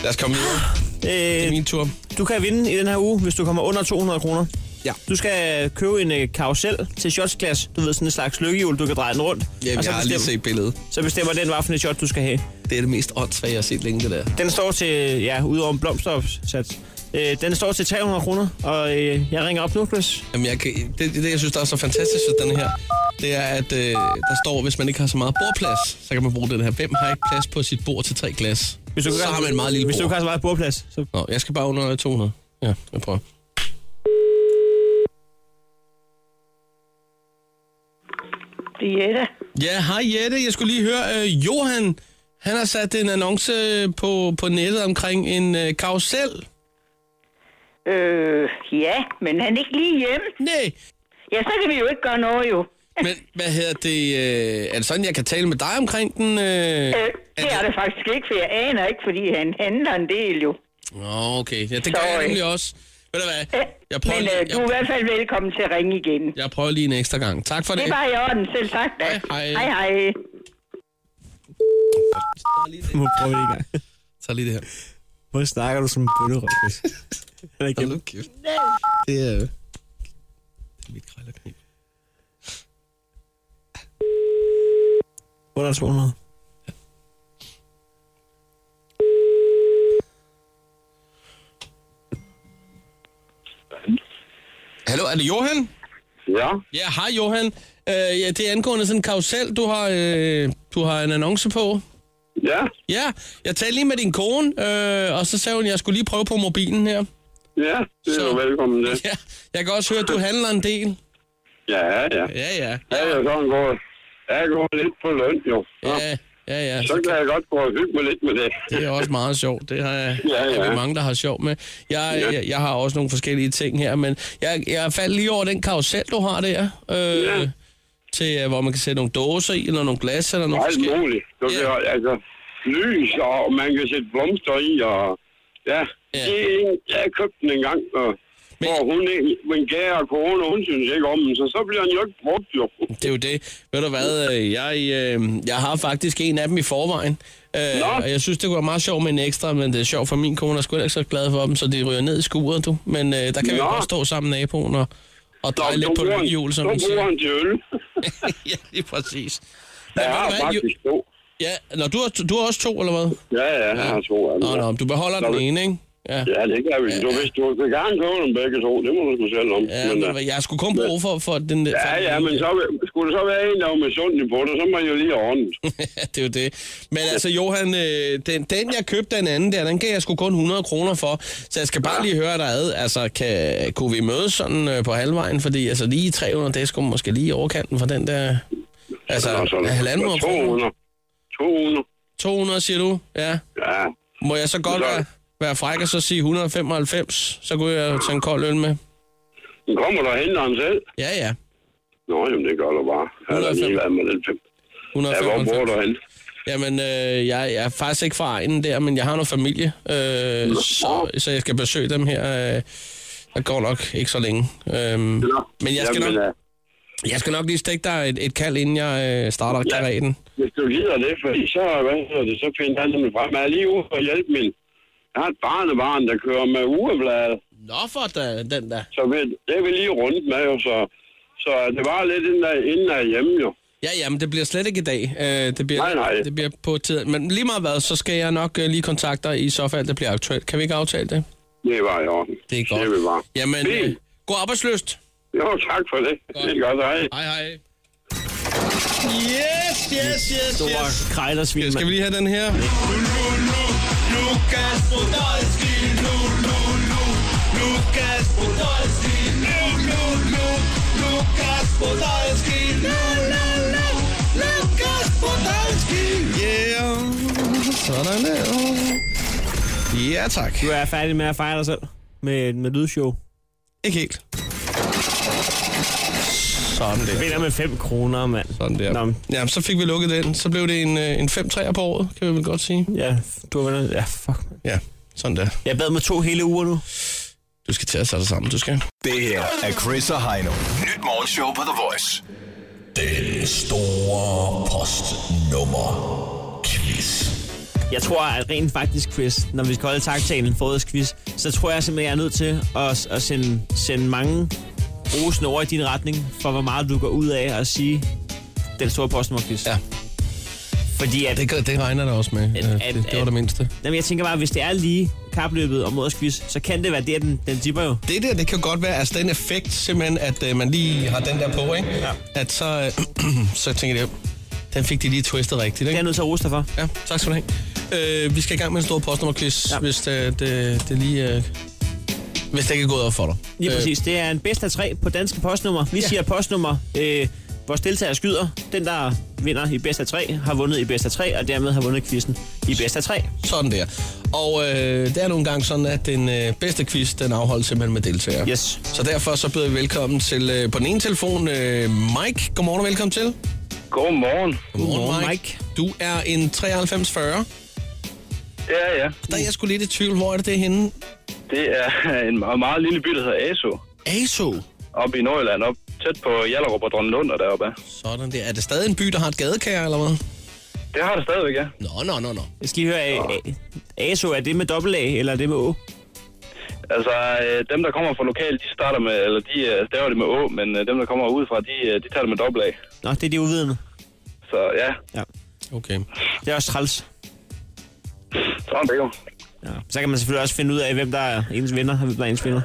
[SPEAKER 3] Lad os komme videre. Det er
[SPEAKER 4] Øh,
[SPEAKER 3] min tur.
[SPEAKER 4] du kan vinde i den her uge, hvis du kommer under 200 kroner.
[SPEAKER 3] Ja.
[SPEAKER 4] Du skal købe en øh, karusel til shotsglas. Du ved, sådan en slags lykkehjul, du kan dreje den rundt.
[SPEAKER 3] Jamen,
[SPEAKER 4] og så,
[SPEAKER 3] jeg har lige set billedet.
[SPEAKER 4] så bestemmer den, hvad for et shot du skal have.
[SPEAKER 3] Det er det mest åndssvage, jeg har set længe, det der.
[SPEAKER 4] Den står til, ja, udover en blomsteropsats. Øh, den står til 300 kroner, og øh, jeg ringer op nu, Chris.
[SPEAKER 3] Jamen, jeg kan, det, det, jeg synes, der er så fantastisk ved den her, det er, at øh, der står, hvis man ikke har så meget bordplads, så kan man bruge den her. Hvem har ikke plads på sit bord til tre glas? Hvis du så har man en meget lille
[SPEAKER 4] Hvis du
[SPEAKER 3] bord.
[SPEAKER 4] ikke har så meget bordplads, så...
[SPEAKER 3] Nå, jeg skal bare under 200. Ja, jeg prøver.
[SPEAKER 7] Diæta.
[SPEAKER 3] Ja, hej Jette. Jeg skulle lige høre, øh, Johan, han har sat en annonce øh, på, på nettet omkring en øh, karusel.
[SPEAKER 7] Øh, ja, men han er ikke lige hjemme.
[SPEAKER 3] Nej,
[SPEAKER 7] Ja, så kan vi jo ikke gøre noget, jo.
[SPEAKER 3] Men hvad hedder det? Øh, er det sådan, jeg kan tale med dig omkring den? Øh?
[SPEAKER 8] Øh, det er det faktisk ikke, for jeg aner ikke, fordi han handler en del jo.
[SPEAKER 3] Nå, okay. Ja, det gør jeg
[SPEAKER 8] Sorry.
[SPEAKER 3] nemlig også. Ved du hvad?
[SPEAKER 8] Øh,
[SPEAKER 3] Jeg prøver,
[SPEAKER 8] men øh,
[SPEAKER 3] lige,
[SPEAKER 8] du er i
[SPEAKER 3] jeg,
[SPEAKER 8] hvert fald velkommen til at ringe igen.
[SPEAKER 3] jeg prøver lige en ekstra gang. Tak for det.
[SPEAKER 8] Det var i orden, selv tak da.
[SPEAKER 3] Hej, hej.
[SPEAKER 8] hej. hej.
[SPEAKER 4] Må prøve det igen.
[SPEAKER 3] Så lige det her.
[SPEAKER 4] Hvor snakker du som en bunderøv, Chris? Er det
[SPEAKER 3] Hold
[SPEAKER 4] igennem?
[SPEAKER 3] nu kæft. Det er jo... Det er mit krællerknib.
[SPEAKER 4] Under 200.
[SPEAKER 3] Hallo, er det Johan?
[SPEAKER 9] Ja,
[SPEAKER 3] Ja, hej Johan. Øh, ja, det er angående sådan en karusel, du har, øh, du har en annonce på.
[SPEAKER 9] ja,
[SPEAKER 3] Ja, jeg talte lige med din kone, øh, og så sagde hun, at jeg skulle lige prøve på mobilen her.
[SPEAKER 9] ja, det er
[SPEAKER 3] Så-
[SPEAKER 9] jo velkommen til.
[SPEAKER 3] Ja, jeg kan også høre, at du handler en del.
[SPEAKER 9] Ja, ja.
[SPEAKER 3] Ja, ja.
[SPEAKER 9] Ja, jeg sådan går. Jeg går lidt på løn, jo. Ja.
[SPEAKER 3] Ja, ja, ja.
[SPEAKER 9] Så kan jeg godt gå og hygge mig lidt med det.
[SPEAKER 3] Det er også meget sjovt. Det har jeg,
[SPEAKER 9] Ja, ja.
[SPEAKER 3] er vi mange, der har sjov med. Jeg,
[SPEAKER 9] Ja.
[SPEAKER 3] jeg, jeg har også nogle forskellige ting her, men jeg, jeg faldt lige over den karusel, du har der. Øh,
[SPEAKER 9] Ja.
[SPEAKER 3] Til, øh, hvor man kan sætte nogle dåser i, eller nogle glas, eller nogle
[SPEAKER 9] Alt
[SPEAKER 3] forskellige.
[SPEAKER 9] muligt. Du kan,
[SPEAKER 3] Ja.
[SPEAKER 9] altså, lys, og man kan sætte blomster i, og... Ja,
[SPEAKER 3] Ja.
[SPEAKER 9] det er en, jeg købte den en gang, og,
[SPEAKER 3] Men-
[SPEAKER 9] Men... og hun, ikke- min kære kone, hun synes ikke om den, så så bliver den jo ikke brugt, jo.
[SPEAKER 3] Det er jo det. Ved du hvad, øh, jeg, øh, jeg har faktisk en af dem i forvejen. Øh,
[SPEAKER 9] Nå.
[SPEAKER 3] og jeg synes, det kunne være meget sjovt med en ekstra, men det er sjovt for min kone er sgu heller ikke så glad for dem, så de ryger ned i skuret, du. Men øh, der kan Nå. vi
[SPEAKER 9] Nå.
[SPEAKER 3] godt stå sammen naboen og, og
[SPEAKER 9] Så
[SPEAKER 3] dreje lidt
[SPEAKER 9] du
[SPEAKER 3] på
[SPEAKER 9] bruger
[SPEAKER 3] den
[SPEAKER 9] den-
[SPEAKER 3] hjul, som
[SPEAKER 9] du
[SPEAKER 3] man
[SPEAKER 9] bruger
[SPEAKER 3] siger.
[SPEAKER 9] den til øl.
[SPEAKER 3] ja, lige præcis. Men
[SPEAKER 9] Jeg
[SPEAKER 3] ved
[SPEAKER 9] har
[SPEAKER 3] du hvad, Jo-
[SPEAKER 9] faktisk to.
[SPEAKER 3] Ja, når du har, du har også to, eller hvad?
[SPEAKER 9] Ja, ja, jeg har to. af dem,
[SPEAKER 3] Nå,
[SPEAKER 9] ja.
[SPEAKER 3] nå, du beholder
[SPEAKER 9] Nå,
[SPEAKER 3] den
[SPEAKER 9] men-
[SPEAKER 3] ene, ikke? Ja.
[SPEAKER 9] Ja, det kan vi. Du, hvis du vil gerne købe dem begge to, det må du sgu selv om.
[SPEAKER 3] Ja,
[SPEAKER 9] men,
[SPEAKER 3] men,
[SPEAKER 9] øh,
[SPEAKER 3] hvad, jeg skulle kun bruge for, for den der. for
[SPEAKER 9] ja,
[SPEAKER 3] den
[SPEAKER 9] ja,
[SPEAKER 3] ene.
[SPEAKER 9] men så, vil- skulle der så være en, der var misundelig på det, så må man jo lige ordne det.
[SPEAKER 3] det er jo det. Men altså, Johan, øh, den, den jeg købte den anden der, den gav jeg sgu kun 100 kroner for. Så jeg skal bare lige høre dig ad. Altså, kan, kunne vi mødes sådan øh, på halvvejen? Fordi altså, lige 300, det er sgu måske lige i overkanten for den der... Altså,
[SPEAKER 9] Nå, så er det-
[SPEAKER 3] halvanden hundrede kroner.
[SPEAKER 9] 200. 200.
[SPEAKER 3] 200, siger du? Ja.
[SPEAKER 9] Ja.
[SPEAKER 3] Må jeg så godt
[SPEAKER 9] Så-
[SPEAKER 3] være, være fræk og så sige 195? Så kunne jeg jo tage en kold øl med.
[SPEAKER 9] Den kommer der og henter den selv.
[SPEAKER 3] Ja, ja.
[SPEAKER 9] Nå, jamen, det gør du bare. Jeg er da
[SPEAKER 3] 105.
[SPEAKER 9] ligeglad med den fem. Ja, hvor
[SPEAKER 3] 195.
[SPEAKER 9] bor du hen?
[SPEAKER 3] Jamen, øh, jeg, jeg er faktisk ikke fra egnen der, men jeg har noget familie, øh, så, så jeg skal besøge dem her. Øh, der går nok ikke så længe. Øhm, men jeg skal,
[SPEAKER 9] Jamen,
[SPEAKER 3] nok,
[SPEAKER 9] øh,
[SPEAKER 3] jeg skal nok lige stikke dig et, et kald, inden jeg øh, starter ja. karaten.
[SPEAKER 9] Hvis du gider det, for så, hvad hedder det, så finder han nemlig frem. Jeg er lige ude for at hjælpe min. Jeg har et barnebarn, der kører med ugebladet.
[SPEAKER 3] Nå for da, den der.
[SPEAKER 9] Så vi, det er vi lige rundt med, jo, så, så øh, det var lidt inden der, inden der er hjemme, jo.
[SPEAKER 3] Ja, ja, men det bliver slet ikke i dag. Øh, det, bliver,
[SPEAKER 9] Nej, nej.
[SPEAKER 3] det bliver på tid. Men lige meget hvad, så skal jeg nok øh, lige kontakte dig i så fald, det bliver aktuelt. Kan vi ikke aftale det?
[SPEAKER 9] Det var i orden.
[SPEAKER 3] Det er
[SPEAKER 9] Det vi var.
[SPEAKER 3] godt. Jamen, øh,
[SPEAKER 9] Fint.
[SPEAKER 3] god arbejdsløst.
[SPEAKER 9] Jo, tak for det. Det er godt, hej.
[SPEAKER 3] Hej, hej. Yes, yes, yes,
[SPEAKER 4] Du var
[SPEAKER 3] yes.
[SPEAKER 4] krejlersvin,
[SPEAKER 3] Skal
[SPEAKER 4] mand.
[SPEAKER 3] vi lige have den her? Yeah. Sådan der. Ja, tak.
[SPEAKER 4] Du er færdig med at fejre dig selv med, med lydshow.
[SPEAKER 3] Ikke helt. Sådan der.
[SPEAKER 4] Vinder med 5 kroner, mand.
[SPEAKER 3] Sådan der.
[SPEAKER 4] Nå,
[SPEAKER 3] Ja, så fik vi lukket den. Så blev det en, øh, en 5-3'er på året, kan vi vel godt sige.
[SPEAKER 4] ja, du har vundet. Ja, fuck. mand.
[SPEAKER 3] Ja, sådan der.
[SPEAKER 4] Jeg bad med to hele uger nu.
[SPEAKER 3] Du skal til at sætte dig sammen, du skal.
[SPEAKER 10] Det her er Chris og Heino. Nyt morgenshow på The Voice. Den store postnummer quiz.
[SPEAKER 4] Jeg tror, at rent faktisk, Chris, når vi skal holde taktalen for årets quiz, så tror jeg simpelthen, at jeg er nødt til at, at sende, sende mange rosen over i din retning, for hvor meget du går ud af at sige den store postnummerquiz.
[SPEAKER 3] Ja.
[SPEAKER 4] Fordi at,
[SPEAKER 3] Det, gør- det regner der også med.
[SPEAKER 4] At-
[SPEAKER 3] Øh,
[SPEAKER 4] at-
[SPEAKER 3] det, det var det mindste.
[SPEAKER 4] jamen, jeg tænker bare, hvis det er lige kapløbet om årets quiz, så kan det være det, at den, den tipper jo.
[SPEAKER 3] Det der, det kan godt være, altså den effekt simpelthen, at øh, man lige har den der på, ikke?
[SPEAKER 4] Ja.
[SPEAKER 3] At så, øh, så tænker jeg, den fik de lige twistet rigtigt,
[SPEAKER 4] Det er jeg
[SPEAKER 3] ikke?
[SPEAKER 4] nødt til at rose dig for.
[SPEAKER 3] Ja, tak skal du have. Øh, vi skal i gang med en stor postnummerquiz, ja.
[SPEAKER 4] Ja.
[SPEAKER 3] hvis det, det, det lige... Øh, hvis det ikke er gået op for dig.
[SPEAKER 4] Lige
[SPEAKER 3] Øh,
[SPEAKER 4] præcis. Det er en bedst af tre på danske postnummer. Vi
[SPEAKER 3] Ja.
[SPEAKER 4] ja. siger postnummer. Øh, vores deltager skyder. Den, der vinder i bedst af tre, har vundet i bedst af tre, og dermed har vundet quizzen. I er bedst af tre.
[SPEAKER 3] Sådan der. Og øh, det er nogle gange sådan, at den øh, bedste quiz, den afholdes simpelthen med deltagere.
[SPEAKER 4] Yes.
[SPEAKER 3] Så derfor så byder vi velkommen til, øh, på den ene telefon, øh, Mike. Godmorgen og velkommen til.
[SPEAKER 6] Godmorgen.
[SPEAKER 4] Godmorgen, Mike.
[SPEAKER 3] Du er en 9340.
[SPEAKER 6] Ja, ja.
[SPEAKER 3] Der er jeg sgu lidt i tvivl, hvor er det, det er henne?
[SPEAKER 6] Det er en meget, meget lille by, der hedder Aso.
[SPEAKER 3] ASO.
[SPEAKER 6] Oppe i Nordjylland, op tæt på Jallerup og Dronlund og deroppe. af.
[SPEAKER 3] Sådan der. Er det stadig en by, der har et gadekær, eller hvad?
[SPEAKER 6] Det har det stadigvæk, ja.
[SPEAKER 3] Nå, nå, nå, nå.
[SPEAKER 4] Jeg skal lige høre, A- A- ASO, er det med dobbelt A, eller er det med O?
[SPEAKER 6] Altså, øh, dem, der kommer fra lokalt, de starter med, eller de øh, staver det med Å, men øh, dem, der kommer udefra, de, øh, de tager det med dobbelt af.
[SPEAKER 4] Nå, det er de uvidende.
[SPEAKER 6] Så ja,
[SPEAKER 3] Okay.
[SPEAKER 4] Det er også træls.
[SPEAKER 6] sådan det jo.
[SPEAKER 4] Ja. Så kan man selvfølgelig også finde ud af, hvem der er ens venner, og hvem der er ens venner.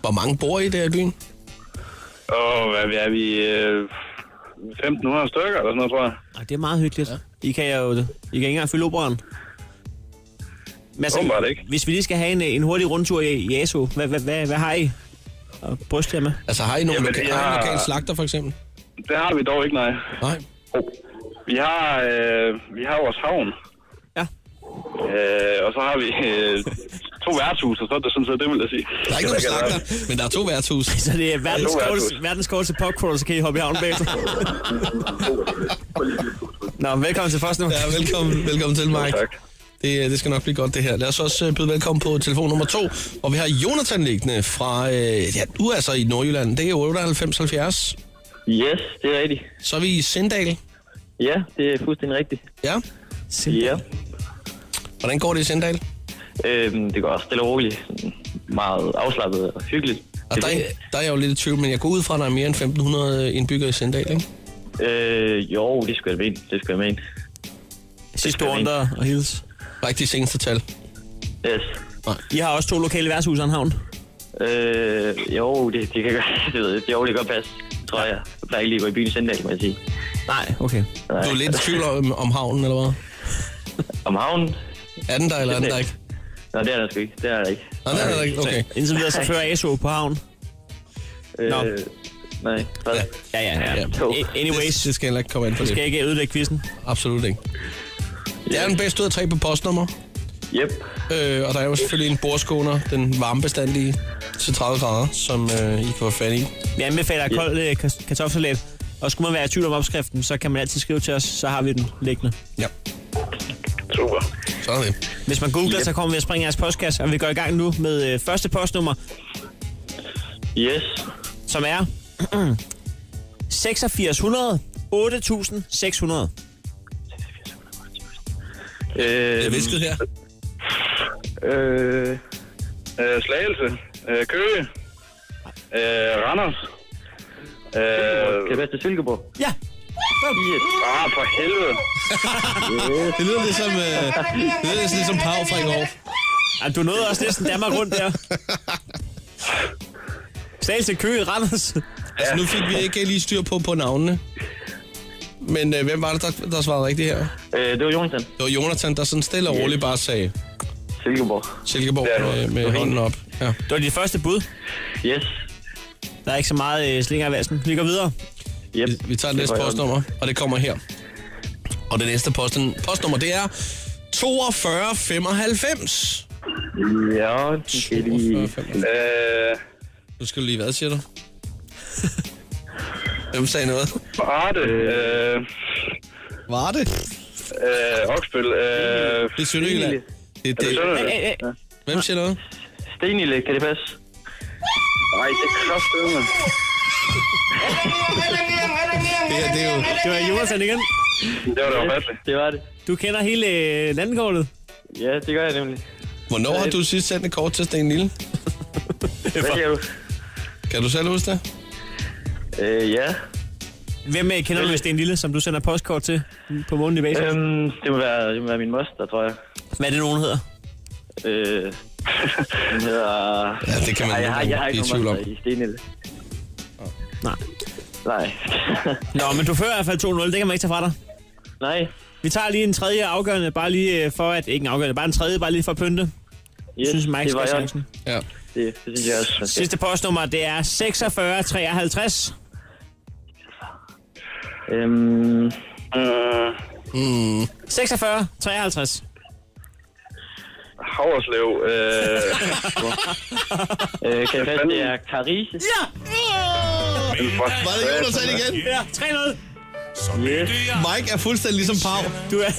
[SPEAKER 3] Hvor mange bor I der i byen?
[SPEAKER 6] Og hvad er vi? Øh, 1500 stykker eller sådan noget, tror jeg.
[SPEAKER 4] Ej, det er meget hyggeligt. Ja. I kan jo, I kan ikke engang fylde operan. Men
[SPEAKER 6] Åbenbart ikke.
[SPEAKER 4] Hvis vi lige skal have en, øh, en hurtig rundtur i, i ASO, hvad, hvad, hvad, hvad har I at bryste jer med?
[SPEAKER 3] Altså har I nogle
[SPEAKER 6] Jamen,
[SPEAKER 3] loka-
[SPEAKER 6] vi
[SPEAKER 3] har... I en
[SPEAKER 6] har-
[SPEAKER 3] lokal slagter, for eksempel?
[SPEAKER 6] Det har vi dog ikke, nej.
[SPEAKER 3] Nej.
[SPEAKER 6] Vi har, øh, vi har vores havn.
[SPEAKER 4] Ja.
[SPEAKER 6] Øh, og så har vi øh, to værtshus, og så er det sådan set det, vil jeg sige.
[SPEAKER 3] Der er ikke nogen slagter, men der er to værtshus.
[SPEAKER 4] Så det er verdens,
[SPEAKER 6] Det er jo
[SPEAKER 4] korteste,
[SPEAKER 6] værtshus.
[SPEAKER 4] verdens korteste popcorn, så kan I hoppe i havn bagefter. Nå, velkommen til første nummer.
[SPEAKER 3] Ja, velkommen, velkommen til, Mike.
[SPEAKER 6] Tak.
[SPEAKER 3] Det, øh, det skal nok blive godt, det her. Lad os også øh, byde velkommen på telefon nummer to, hvor vi har Jonathan liggende fra... Øh, ja, du er så i Nordjylland. Det er 98 70.
[SPEAKER 9] Yes, det er rigtigt.
[SPEAKER 3] Så er vi i Sindal.
[SPEAKER 9] Ja, det er fuldstændig rigtigt.
[SPEAKER 3] Ja.
[SPEAKER 9] Ja.
[SPEAKER 3] Hvordan går det i Sindal?
[SPEAKER 9] Øhm, det går også stille og roligt. Sådan Meget afslappet og hyggeligt.
[SPEAKER 3] Og
[SPEAKER 9] Det
[SPEAKER 3] der,
[SPEAKER 9] er
[SPEAKER 3] er- der er jeg jo lidt i tvivl, men jeg går ud fra, at der er mere end 1500 indbyggere i Sindal, ikke?
[SPEAKER 9] det. øh, jo, det skulle jeg mene. Det skulle jeg mene.
[SPEAKER 4] Sidste år der og hils.
[SPEAKER 3] Rigtig seneste tal.
[SPEAKER 9] Yes.
[SPEAKER 4] I har også to lokale værtshus og en havn.
[SPEAKER 9] Øh, jo, det, det kan godt, det ved jeg. Jo, det kan godt passe, tror jeg. Jeg plejer ikke lige at gå i byen i søndag, må jeg sige.
[SPEAKER 4] Nej, okay.
[SPEAKER 9] Nej.
[SPEAKER 3] Du er lidt i tvivl om, om havnen, eller hvad?
[SPEAKER 9] Om havnen?
[SPEAKER 3] Er den der, eller er den der ikke?
[SPEAKER 9] Nå, det er der sgu ikke. Det er der ikke.
[SPEAKER 3] Nej, den er der ikke. Okay.
[SPEAKER 4] Indtil videre så fører ASO på havn.
[SPEAKER 9] Øh,
[SPEAKER 4] Nå.
[SPEAKER 9] Nej, hvad?
[SPEAKER 3] Ja.
[SPEAKER 4] Ja, ja, ja.
[SPEAKER 3] Ja.
[SPEAKER 4] A- Anyways,
[SPEAKER 3] Det skal jeg heller ikke komme ind på
[SPEAKER 4] skal
[SPEAKER 3] det.
[SPEAKER 4] jeg ikke ødelægge quizzen.
[SPEAKER 3] Absolut ikke. Det er den bedste ud af tre på postnummer.
[SPEAKER 9] Yep.
[SPEAKER 3] Øh, og der er jo selvfølgelig en bordskåner, den varmebestandige til 30 grader, som øh, I kan få fat i.
[SPEAKER 4] Vi anbefaler kold øh, kas- kartoffelsalat. Og skulle man være i tvivl om opskriften, så kan man altid skrive til os, så har vi den liggende.
[SPEAKER 3] Ja,
[SPEAKER 6] Super.
[SPEAKER 3] sådan er det.
[SPEAKER 4] Hvis man googler, så kommer vi at springe i jeres postkasse, og vi går i gang nu med øh, første postnummer,
[SPEAKER 9] Yes.
[SPEAKER 4] som er 8600 8600.
[SPEAKER 3] Det er
[SPEAKER 9] Øh,
[SPEAKER 3] visket her.
[SPEAKER 9] øh,
[SPEAKER 6] Øh, Slagelse. Øh, Køge. Øh, Randers. Øh,
[SPEAKER 9] kan det passe til Silkeborg?
[SPEAKER 4] Ja,
[SPEAKER 6] ah, for helvede.
[SPEAKER 3] Det lyder lidt som, øh, det lyder lidt som Pau fra i går.
[SPEAKER 4] Ej, du nåede også næsten Danmark rundt der. Slagelse Køge Randers.
[SPEAKER 3] Altså, nu fik vi ikke lige styr på, på navnene. Men øh, hvem var det, der, der svarede rigtigt her?
[SPEAKER 9] Øh, det var Jonathan.
[SPEAKER 3] Det var Jonathan, der sådan stille og roligt bare sagde
[SPEAKER 9] Silkeborg.
[SPEAKER 3] Silkeborg
[SPEAKER 6] Ja,
[SPEAKER 3] med,
[SPEAKER 6] det
[SPEAKER 3] med hånden op. Ja.
[SPEAKER 4] Det var dit første bud.
[SPEAKER 9] Yes.
[SPEAKER 4] Der er ikke så meget øh, slinger i valsen. Vi går videre.
[SPEAKER 9] Yep.
[SPEAKER 3] Vi- Vi tager det næste
[SPEAKER 9] var i
[SPEAKER 3] postnummer, og det kommer her. Og det næste posten, postnummer, det er 4295.
[SPEAKER 9] orden. Ja, den skal jeg lige...
[SPEAKER 3] 4295.
[SPEAKER 6] Øh,
[SPEAKER 3] Nu skal du lige, hvad siger du? Hvem sagde noget?
[SPEAKER 6] Varde. Øh,
[SPEAKER 3] Var det?
[SPEAKER 6] øh, Oksbøl. Øh,
[SPEAKER 3] Det er Sønderjylland. Det,
[SPEAKER 6] er det
[SPEAKER 3] det,
[SPEAKER 6] Sønderjylland?
[SPEAKER 4] Æ, æ,
[SPEAKER 3] hvem siger noget?
[SPEAKER 9] Stenille, kan det passe?
[SPEAKER 6] Nej, det er kraftedeme.
[SPEAKER 3] Det, her, det er jo...
[SPEAKER 4] det var Jonathan igen.
[SPEAKER 6] Det var da ufatteligt.
[SPEAKER 9] Det var det.
[SPEAKER 4] Du kender hele øh, landkortet.
[SPEAKER 9] Ja, det gør jeg nemlig.
[SPEAKER 3] Hvornår har du sidst sendt et kort til Sten Lille?
[SPEAKER 9] Hvad siger du?
[SPEAKER 3] Kan du selv huske det?
[SPEAKER 9] Øh, ja.
[SPEAKER 4] Hvem øh, kender du, hvis det er en lille, som du sender postkort til på månedlig basis?
[SPEAKER 9] Øhm, det, må være, det må være min moster, tror jeg.
[SPEAKER 4] Hvad er det, nogen hedder?
[SPEAKER 9] Øh, den hedder...
[SPEAKER 3] Ja, det kan man
[SPEAKER 9] Nej, jeg har, jeg har
[SPEAKER 3] blive
[SPEAKER 9] ikke
[SPEAKER 3] i tvivl om.
[SPEAKER 9] nogen moster i Stenille.
[SPEAKER 4] Nej.
[SPEAKER 9] Nej.
[SPEAKER 4] Nå, men du fører i hvert fald 2-0. Det kan man ikke tage fra dig.
[SPEAKER 9] Nej.
[SPEAKER 4] Vi tager lige en tredje afgørende, bare lige øh, for at... Ikke en afgørende, bare en tredje, bare lige for at pynte. Jeg
[SPEAKER 9] Yes,
[SPEAKER 4] synes, Mike
[SPEAKER 9] det
[SPEAKER 4] skal
[SPEAKER 9] var
[SPEAKER 4] have
[SPEAKER 9] jeg.
[SPEAKER 4] chancen.
[SPEAKER 3] Ja.
[SPEAKER 9] Det, det synes jeg også. man skal.
[SPEAKER 4] Sidste postnummer, det er 4653.
[SPEAKER 9] Øhm,
[SPEAKER 6] Øh,
[SPEAKER 4] 46, 53.
[SPEAKER 6] Havreslev. Øh,
[SPEAKER 9] Øh, kan jeg fast, det er Carise?
[SPEAKER 4] Ja!
[SPEAKER 6] for,
[SPEAKER 3] Var det Jonas han igen?
[SPEAKER 4] Ja, 3-0.
[SPEAKER 3] Mike er fuldstændig ligesom Pau.
[SPEAKER 4] Du er...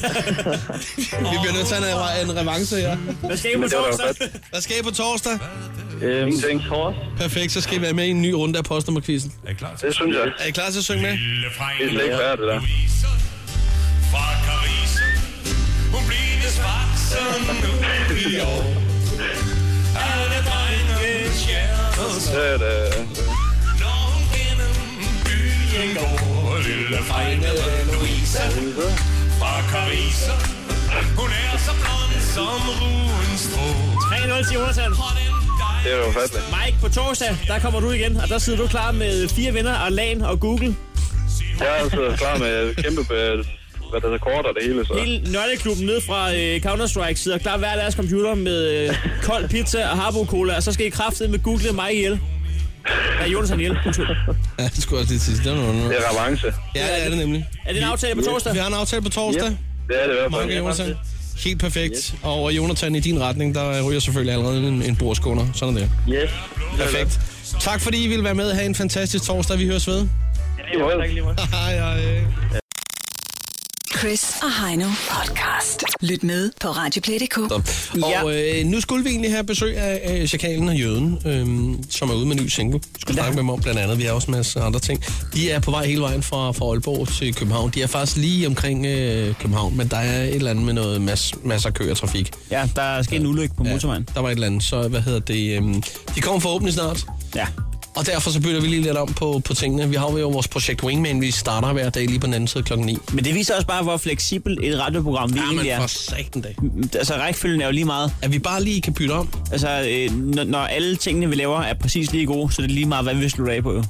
[SPEAKER 3] Vi bliver nødt til at have en revanche her.
[SPEAKER 4] Hvad skal I på
[SPEAKER 6] det var da
[SPEAKER 4] torsdag?
[SPEAKER 3] Hvad skal I på torsdag?
[SPEAKER 9] Øh,
[SPEAKER 6] Ingenting.
[SPEAKER 9] Tors?
[SPEAKER 3] Perfekt, så skal I være med i en ny runde af postnummerquizzen.
[SPEAKER 11] Er I klar til
[SPEAKER 6] det synes jeg.
[SPEAKER 3] Er I klar til at synge med?
[SPEAKER 11] Lille
[SPEAKER 6] Det er slet ikke værd, det der.
[SPEAKER 11] Louise fra Carise. Hun bliver det svart som nu i år. Alle drengens hjerter,
[SPEAKER 6] Det er det.
[SPEAKER 11] når hun gennem byen går. Lille fejne Louise fra Carise. Hun er så blond som ruen strå.
[SPEAKER 4] 3-0 til Jonathan.
[SPEAKER 11] Og den
[SPEAKER 6] Det
[SPEAKER 11] dejlige
[SPEAKER 6] er jo fatligt.
[SPEAKER 4] Mike, på torsdag, der kommer du igen, og der sidder du klar med fire venner, Arlan og Google.
[SPEAKER 6] Jeg er altså klar med kæmpe øh, hvad der er kort og det hele, så.
[SPEAKER 4] Hele nøgleklubben ned fra øh, Counter-Strike sidder klar hver deres computer med øh, kold pizza og Harbo-cola, og så skal I kraftedeme med Google mig ihjel. Ja, Jonathan ihjel, undskyld.
[SPEAKER 3] Ja, det skulle jeg også lige sige. Det var noget.
[SPEAKER 6] Det er revanche.
[SPEAKER 3] Ja, det er det nemlig.
[SPEAKER 4] Er det en aftale på torsdag?
[SPEAKER 3] Vi har en aftale på torsdag.
[SPEAKER 6] Det er det i hvert
[SPEAKER 3] Mark og
[SPEAKER 6] fald.
[SPEAKER 3] Jonathan. Helt perfekt. Og Jonathan, i din retning, der ryger selvfølgelig allerede en, en bordskåner. Sådan er det.
[SPEAKER 9] Yes.
[SPEAKER 3] Perfekt. Tak fordi I ville være med. Ha' en fantastisk torsdag. Vi høres ved. Hej, hej.
[SPEAKER 2] Chris og Heino podcast. Lyt med på Radioplay.dk.
[SPEAKER 3] Og øh, nu skulle vi egentlig have besøg af øh, Chakalen og Jøden, øh, som er ude med en ny single. Vi skulle snakke med dem om blandt andet. Vi har også en masse andre ting. De er på vej hele vejen fra, fra Aalborg til København. De er faktisk lige omkring øh, København, men der er et eller andet med noget mas, masser af kø og trafik.
[SPEAKER 4] Ja, der er sket en ulykke på motorvejen.
[SPEAKER 3] Der var et eller andet, så hvad hedder det? Øh, de kommer forhåbentlig snart.
[SPEAKER 4] Ja.
[SPEAKER 3] Og derfor så bytter vi lige lidt om på, på tingene. Vi har jo vores projekt Wingman, vi starter hver dag lige på den anden side klokken 9.
[SPEAKER 4] Men det viser også bare, hvor fleksibelt et radioprogram vi egentlig
[SPEAKER 3] Jamen for
[SPEAKER 4] er.
[SPEAKER 3] satan dag.
[SPEAKER 4] Altså, rækkefølgen er jo lige meget.
[SPEAKER 3] At vi bare lige kan bytte om.
[SPEAKER 4] Altså, øh, når, når alle tingene, vi laver, er præcis lige gode, så er det lige meget, hvad vi slutter af på. Jo.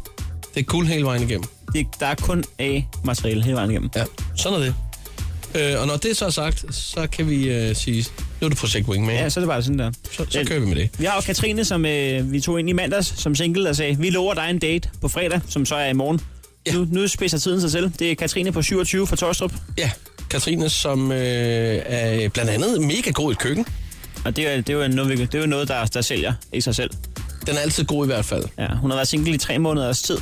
[SPEAKER 3] Det er cool hele vejen igennem.
[SPEAKER 4] Det, der er kun A-materiale hele vejen igennem.
[SPEAKER 3] Ja, sådan er det. Øh, og når det så er sagt, så kan vi øh, sige, nu er det projekt Wingman.
[SPEAKER 4] Ja,
[SPEAKER 3] Ja.
[SPEAKER 4] så er det bare sådan der.
[SPEAKER 3] Så, så kører vi med det.
[SPEAKER 4] Vi har jo Katrine, som øh, vi tog ind i mandags som single og sagde, vi lover dig en date på fredag, som så er i morgen.
[SPEAKER 3] Ja.
[SPEAKER 4] Ja. Nu, nu spidser tiden sig selv. Det er Katrine på 27 fra Torstrup,
[SPEAKER 3] Ja, Katrine, som øh, er blandt andet mega god i et køkken.
[SPEAKER 4] og det er, det er jo noget, vi- det er jo noget der, der sælger i sig selv.
[SPEAKER 3] Den er altid god i hvert fald.
[SPEAKER 4] Ja, hun har været single i tre måneders tid.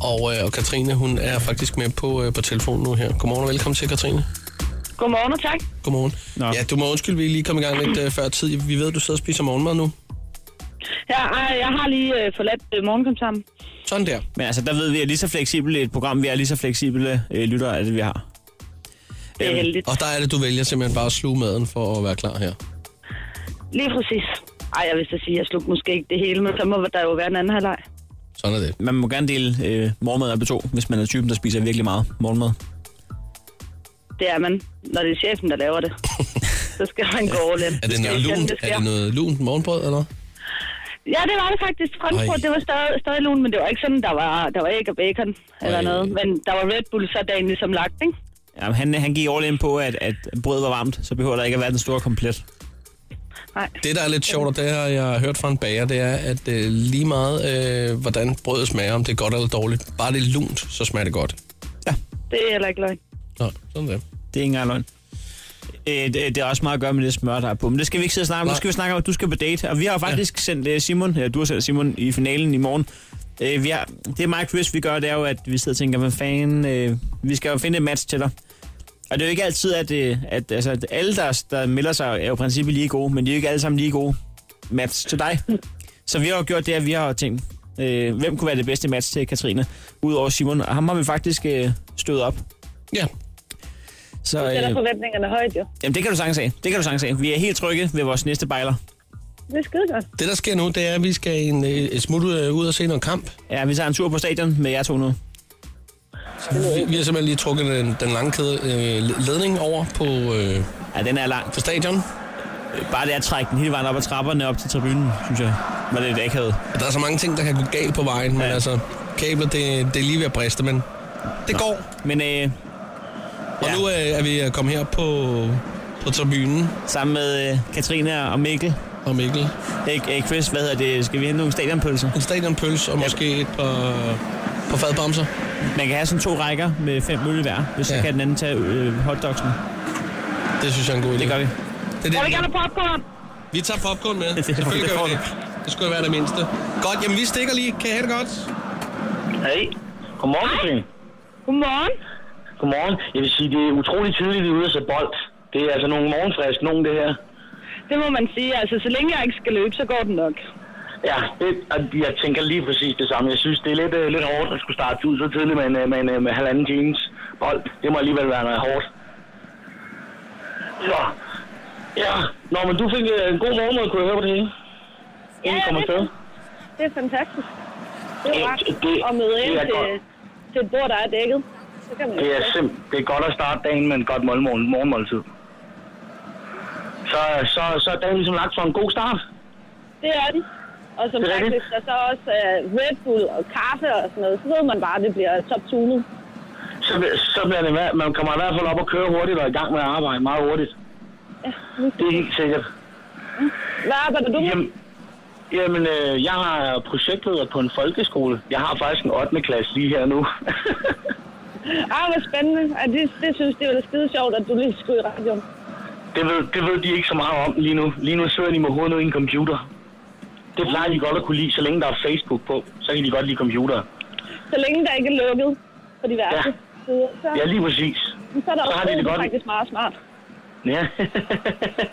[SPEAKER 3] Og, øh, og Katrine, hun er faktisk med på, øh, på telefonen nu her. Godmorgen og velkommen til, Katrine.
[SPEAKER 7] Godmorgen og tak.
[SPEAKER 3] Godmorgen. Nå.
[SPEAKER 4] Nå.
[SPEAKER 3] Ja, du må undskylde, vi er lige kom i gang lidt øh, før tid. Vi ved, du sidder og spiser morgenmad nu.
[SPEAKER 7] Ja, ej, jeg har lige øh, forladt øh, morgenkomsammen.
[SPEAKER 3] Sådan der.
[SPEAKER 4] Men altså, der ved vi, at lige så fleksible et program, vi er lige så fleksible øh, lyttere, at vi har.
[SPEAKER 7] Det er heldigt.
[SPEAKER 3] Og der er det, du vælger simpelthen bare at sluge maden for at være klar her.
[SPEAKER 7] Lige præcis. Ej, jeg vil så sige, jeg slugte måske ikke det hele, men så må der jo være en anden halvleg.
[SPEAKER 3] Sådan er det.
[SPEAKER 4] Man må gerne dele øh, morgenmad op i to, hvis man er typen, der spiser virkelig meget morgenmad.
[SPEAKER 7] Det er man, når det er chefen, der laver det. så skal man gå over lidt.
[SPEAKER 3] Er det noget
[SPEAKER 7] skal ikke
[SPEAKER 3] lunt,
[SPEAKER 7] kende, det
[SPEAKER 3] er det
[SPEAKER 7] sker.
[SPEAKER 3] noget lunt morgenbrød, eller?
[SPEAKER 7] Ja, det var det faktisk. Franskbrød,
[SPEAKER 3] Ej.
[SPEAKER 7] det var stadig, stadig lun, men det var ikke sådan, der var, der var æg og bacon eller
[SPEAKER 3] Ej.
[SPEAKER 7] noget. Men der var Red Bull, så er dagen ligesom lagt, ikke?
[SPEAKER 4] Ja, han, han gik all in på, at, at brødet var varmt, så behøver der ikke at være den store komplet.
[SPEAKER 7] Nej.
[SPEAKER 3] Det, der er lidt sjovt, og det har jeg hørt fra en bager, det er, at øh, lige meget, øh, hvordan brødet smager, om det er godt eller dårligt, bare det er lunt, så smager det godt.
[SPEAKER 7] Det er heller ikke løgn.
[SPEAKER 3] Nå, sådan det.
[SPEAKER 4] Det er ikke engang løgn. Øh, det, det, er også meget at gøre med det smør, der er på. Men det skal vi ikke sidde og snakke om. Nu
[SPEAKER 3] Nej.
[SPEAKER 4] skal vi snakke om, at du skal på date. Og vi har jo faktisk ja. sendt øh, Simon, ja, du har sendt Simon i finalen i morgen. Øh, vi har, det mig og Chris, vi gør, det er jo, at vi sidder og tænker, hvad fanden, øh, vi skal jo finde et match til dig. Og det er jo ikke altid, at, øh, at, altså, at alle, der, der melder sig, er jo i princippet lige gode, men de er jo ikke alle sammen lige gode match til dig. Så vi har jo gjort det, at vi har tænkt, øh, hvem kunne være det bedste match til Katrine, udover Simon. Og ham har vi faktisk øh, stødt op.
[SPEAKER 3] Ja,
[SPEAKER 4] Så, øh,
[SPEAKER 7] Det er der forventningerne højt, jo.
[SPEAKER 4] Jamen, det kan du sagtens af. Det kan du sagtens af. Vi er helt trygge ved vores næste bejler.
[SPEAKER 7] Det er skide godt.
[SPEAKER 3] det der sker nu, det er, at vi skal en, øh, et smut ud, øh, ud og se noget kamp.
[SPEAKER 4] Ja, vi tager en tur på stadion med jer to nu.
[SPEAKER 3] Vi, vi har simpelthen lige trukket den, den lange kæde, øh, ledning over på, øh,
[SPEAKER 4] Ja, den er lang.
[SPEAKER 3] på stadion.
[SPEAKER 4] Bare det at trække den hele vejen op ad trapperne op til tribunen, synes jeg, var lidt akavet.
[SPEAKER 3] Og der er så mange ting, der kan gå galt på vejen, men
[SPEAKER 4] Ja.
[SPEAKER 3] altså, kablet, det, det er lige ved at briste, men det går.
[SPEAKER 4] Men øh,
[SPEAKER 3] Og
[SPEAKER 4] Ja.
[SPEAKER 3] nu øh, er vi øh, kommet her på, på tribunen,
[SPEAKER 4] sammen med øh, Katrine og Mikkel,
[SPEAKER 3] og Mikkel.
[SPEAKER 4] ikke øh, Chris, hvad hedder det, skal vi hente nogle stadionpølser?
[SPEAKER 3] En stadionpølse og måske et par, par fadbamser.
[SPEAKER 4] Man kan have sådan to rækker med fem øl i hver, hvis ja. så kan den anden tage øh, hotdogsene.
[SPEAKER 3] Det synes jeg er en god idé.
[SPEAKER 4] Det gør vi.
[SPEAKER 3] Det er det, vi gør.
[SPEAKER 12] popcorn?
[SPEAKER 3] Vi tager popcorn med.
[SPEAKER 4] Det får du,
[SPEAKER 3] Selvfølgelig
[SPEAKER 4] det
[SPEAKER 3] gør
[SPEAKER 4] får
[SPEAKER 3] vi det. Det skulle være det mindste. Godt, jamen vi stikker lige. Kan I have det godt?
[SPEAKER 9] Hej. Godmorgen, Katrine.
[SPEAKER 7] Godmorgen.
[SPEAKER 9] Godmorgen. Jeg vil sige, det er utrolig tydeligt, at vi er ude at sætte bold. Det er altså nogle morgenfrisk, nogen det her.
[SPEAKER 7] Det må man sige. Altså, så længe jeg ikke skal løbe, så går den nok.
[SPEAKER 9] Ja, det, og jeg tænker lige præcis det samme. Jeg synes, det er lidt, øh, lidt hårdt at skulle starte ud så tidligt med en, øh, med en øh, med halvanden times bold. Det må alligevel være noget hårdt. Så. Ja, Nå, men du fik øh, en god morgenmad, kunne jeg høre på det hele.
[SPEAKER 7] Ja,
[SPEAKER 9] Inden I kom
[SPEAKER 7] det-
[SPEAKER 9] afsted.
[SPEAKER 7] Det er fantastisk. Det er
[SPEAKER 9] Ja,
[SPEAKER 7] rart
[SPEAKER 9] det-
[SPEAKER 7] at møde
[SPEAKER 9] det
[SPEAKER 7] ind
[SPEAKER 9] er
[SPEAKER 7] til,
[SPEAKER 9] godt.
[SPEAKER 7] til et bord, der er dækket. Så kan man
[SPEAKER 9] Det er simpelthen det er godt at starte dagen med en godt mål- morgen- morgenmåltid. Så, så, så er dagen ligesom lagt for en god start.
[SPEAKER 7] Det er den. Og som
[SPEAKER 9] Det er
[SPEAKER 7] sagt,
[SPEAKER 9] rigtigt.
[SPEAKER 7] hvis der så også er Red Bull og kaffe og sådan noget, så ved man bare, at det bliver top-tunet.
[SPEAKER 9] Så, så bliver det, i hver- man kommer i hvert fald op og køre hurtigt og i gang med at arbejde meget hurtigt. Det er helt sikkert.
[SPEAKER 7] Hvad arbejder du
[SPEAKER 9] med? Jamen, øh, jeg har projektleder på en folkeskole. Jeg har faktisk en 8. klasse lige her nu.
[SPEAKER 7] Ah, hvor spændende. Og det, det synes det var da skide sjovt, at du lige skulle i radioen.
[SPEAKER 9] Det ved, det ved de ikke så meget om lige nu. Lige nu sidder de med hovedet ned i en computer. Det plejer de godt at kunne lide, så længe der er Facebook på. Så kan de godt lide computer.
[SPEAKER 7] Så længe der ikke er lukket på diverse
[SPEAKER 9] Ja.
[SPEAKER 7] sider, så,
[SPEAKER 9] Ja, lige præcis.
[SPEAKER 7] så er der
[SPEAKER 9] så
[SPEAKER 7] også
[SPEAKER 9] har de det
[SPEAKER 7] det
[SPEAKER 9] godt.
[SPEAKER 7] faktisk meget smart.
[SPEAKER 9] Ja.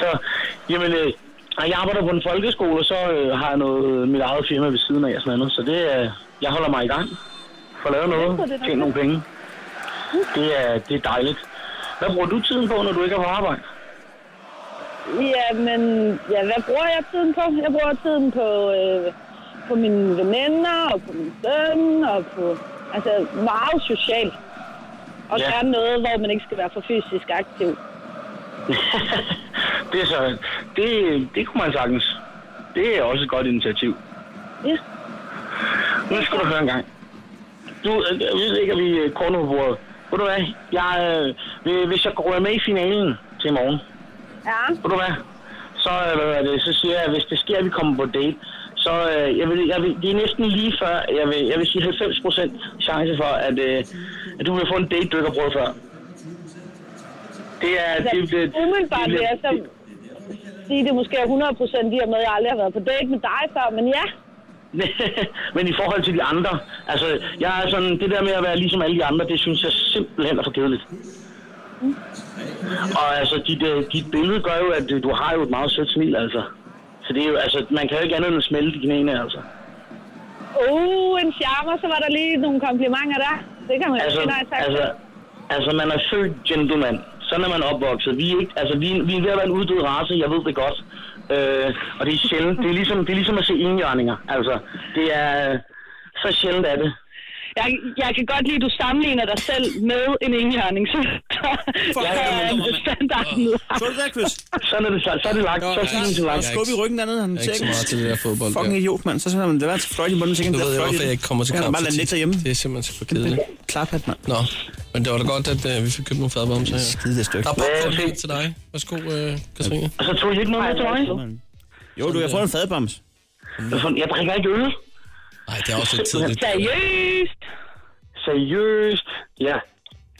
[SPEAKER 9] så, jamen, øh, og jeg arbejder på en folkeskole, og så øh, har jeg noget, mit eget firma ved siden af og sådan noget. Så det, øh, jeg holder mig i gang. Får lavet
[SPEAKER 7] Ja, det er
[SPEAKER 9] noget,
[SPEAKER 7] da
[SPEAKER 9] tjene nogle penge. Det er, det er dejligt. Hvad bruger du tiden på, når du ikke er på arbejde?
[SPEAKER 7] Ja, men ja, hvad bruger jeg tiden på? Jeg bruger tiden på, øh, på mine veninder og på min søn og på... Altså, meget socialt. Og
[SPEAKER 9] Ja.
[SPEAKER 7] ja. gerne noget, hvor man ikke skal være for fysisk aktiv.
[SPEAKER 9] Det, er så, det, det kunne man sagtens. Det er også et godt initiativ.
[SPEAKER 7] Ja.
[SPEAKER 9] Nu skal du høre en gang. Du, øh, jeg ved ikke, at vi øh, kort på bordet. Ved du hvad? Jeg, øh, hvis- hvis jeg går med i finalen til i morgen,
[SPEAKER 7] Ja.
[SPEAKER 9] ved du hvad? Så, øh, hvad er det, så siger jeg, at hvis det sker, at vi kommer på date, så øh, jeg vil, jeg vil, det er næsten lige før, jeg vil, jeg vil sige 90% chance for, at, øh, at du vil få en date, du ikke har prøvet før. Det er...
[SPEAKER 7] Altså,
[SPEAKER 9] det, det,
[SPEAKER 7] umiddelbart
[SPEAKER 9] det-
[SPEAKER 7] vil jeg så sige, det er måske er 100 procent i og med, at jeg aldrig har været på date med dig før, men ja.
[SPEAKER 9] Men i forhold til de andre, altså, jeg er sådan, det der med at være ligesom alle de andre, det synes jeg simpelthen er for kedeligt. Og altså, dit, øh, dit billede gør jo, at øh, du har jo et meget sødt smil, altså. Så det er jo, altså, man kan jo ikke andet end at smelte i knæene, altså.
[SPEAKER 7] Uh, en charmer, så var der lige nogle komplimenter der. Det kan man jo
[SPEAKER 9] Altså,
[SPEAKER 7] sige nej tak.
[SPEAKER 9] altså, altså man er født gentleman. Sådan er man opvokset. Vi er, ikke, altså, vi, er- vi er ved at være en uddød race, jeg ved det godt. Øh, og det er sjældent. Det er ligesom, det er ligesom at se enhjørninger. Altså, det er... Så sjældent er det.
[SPEAKER 7] Jeg, jeg kan godt lide, at du sammenligner dig selv med en enhjørning, så, så, så er det standarden ud.
[SPEAKER 4] Så er det der, Chris.
[SPEAKER 9] Sådan er det, så, så er det lagt.
[SPEAKER 4] Nå,
[SPEAKER 9] så er det ligesom
[SPEAKER 4] ja,
[SPEAKER 9] lagt.
[SPEAKER 4] skub i ryggen dernede. Han
[SPEAKER 3] Jeg er ikke så
[SPEAKER 4] tænker,
[SPEAKER 3] meget til det der fodbold.
[SPEAKER 4] Fucking
[SPEAKER 3] der.
[SPEAKER 4] idiot, mand. Så sender man det der til fløjt i munden, så kan
[SPEAKER 3] Nu ved jeg, hvorfor jeg ikke kommer til
[SPEAKER 4] kamp.
[SPEAKER 3] kamp.
[SPEAKER 4] Bare lade
[SPEAKER 3] så
[SPEAKER 4] net
[SPEAKER 3] tit.
[SPEAKER 4] derhjemme.
[SPEAKER 3] Det er simpelthen så for kedeligt.
[SPEAKER 4] Klaphat, mand.
[SPEAKER 3] Nå, men det var da godt, at øh, vi fik købt nogle fadbomser her.
[SPEAKER 4] Skide det stykke.
[SPEAKER 3] Der er popcorn helt til dig. Værsgo, øh, Katrine.
[SPEAKER 9] Og så Altså, tog I ikke noget med til mig?
[SPEAKER 4] Jo, du, jeg får en fadbams.
[SPEAKER 9] Jeg får- Jeg drikker ikke øl.
[SPEAKER 3] Nej, det er også lidt tidligt.
[SPEAKER 7] Seriøst?
[SPEAKER 9] Seriøst? Ja.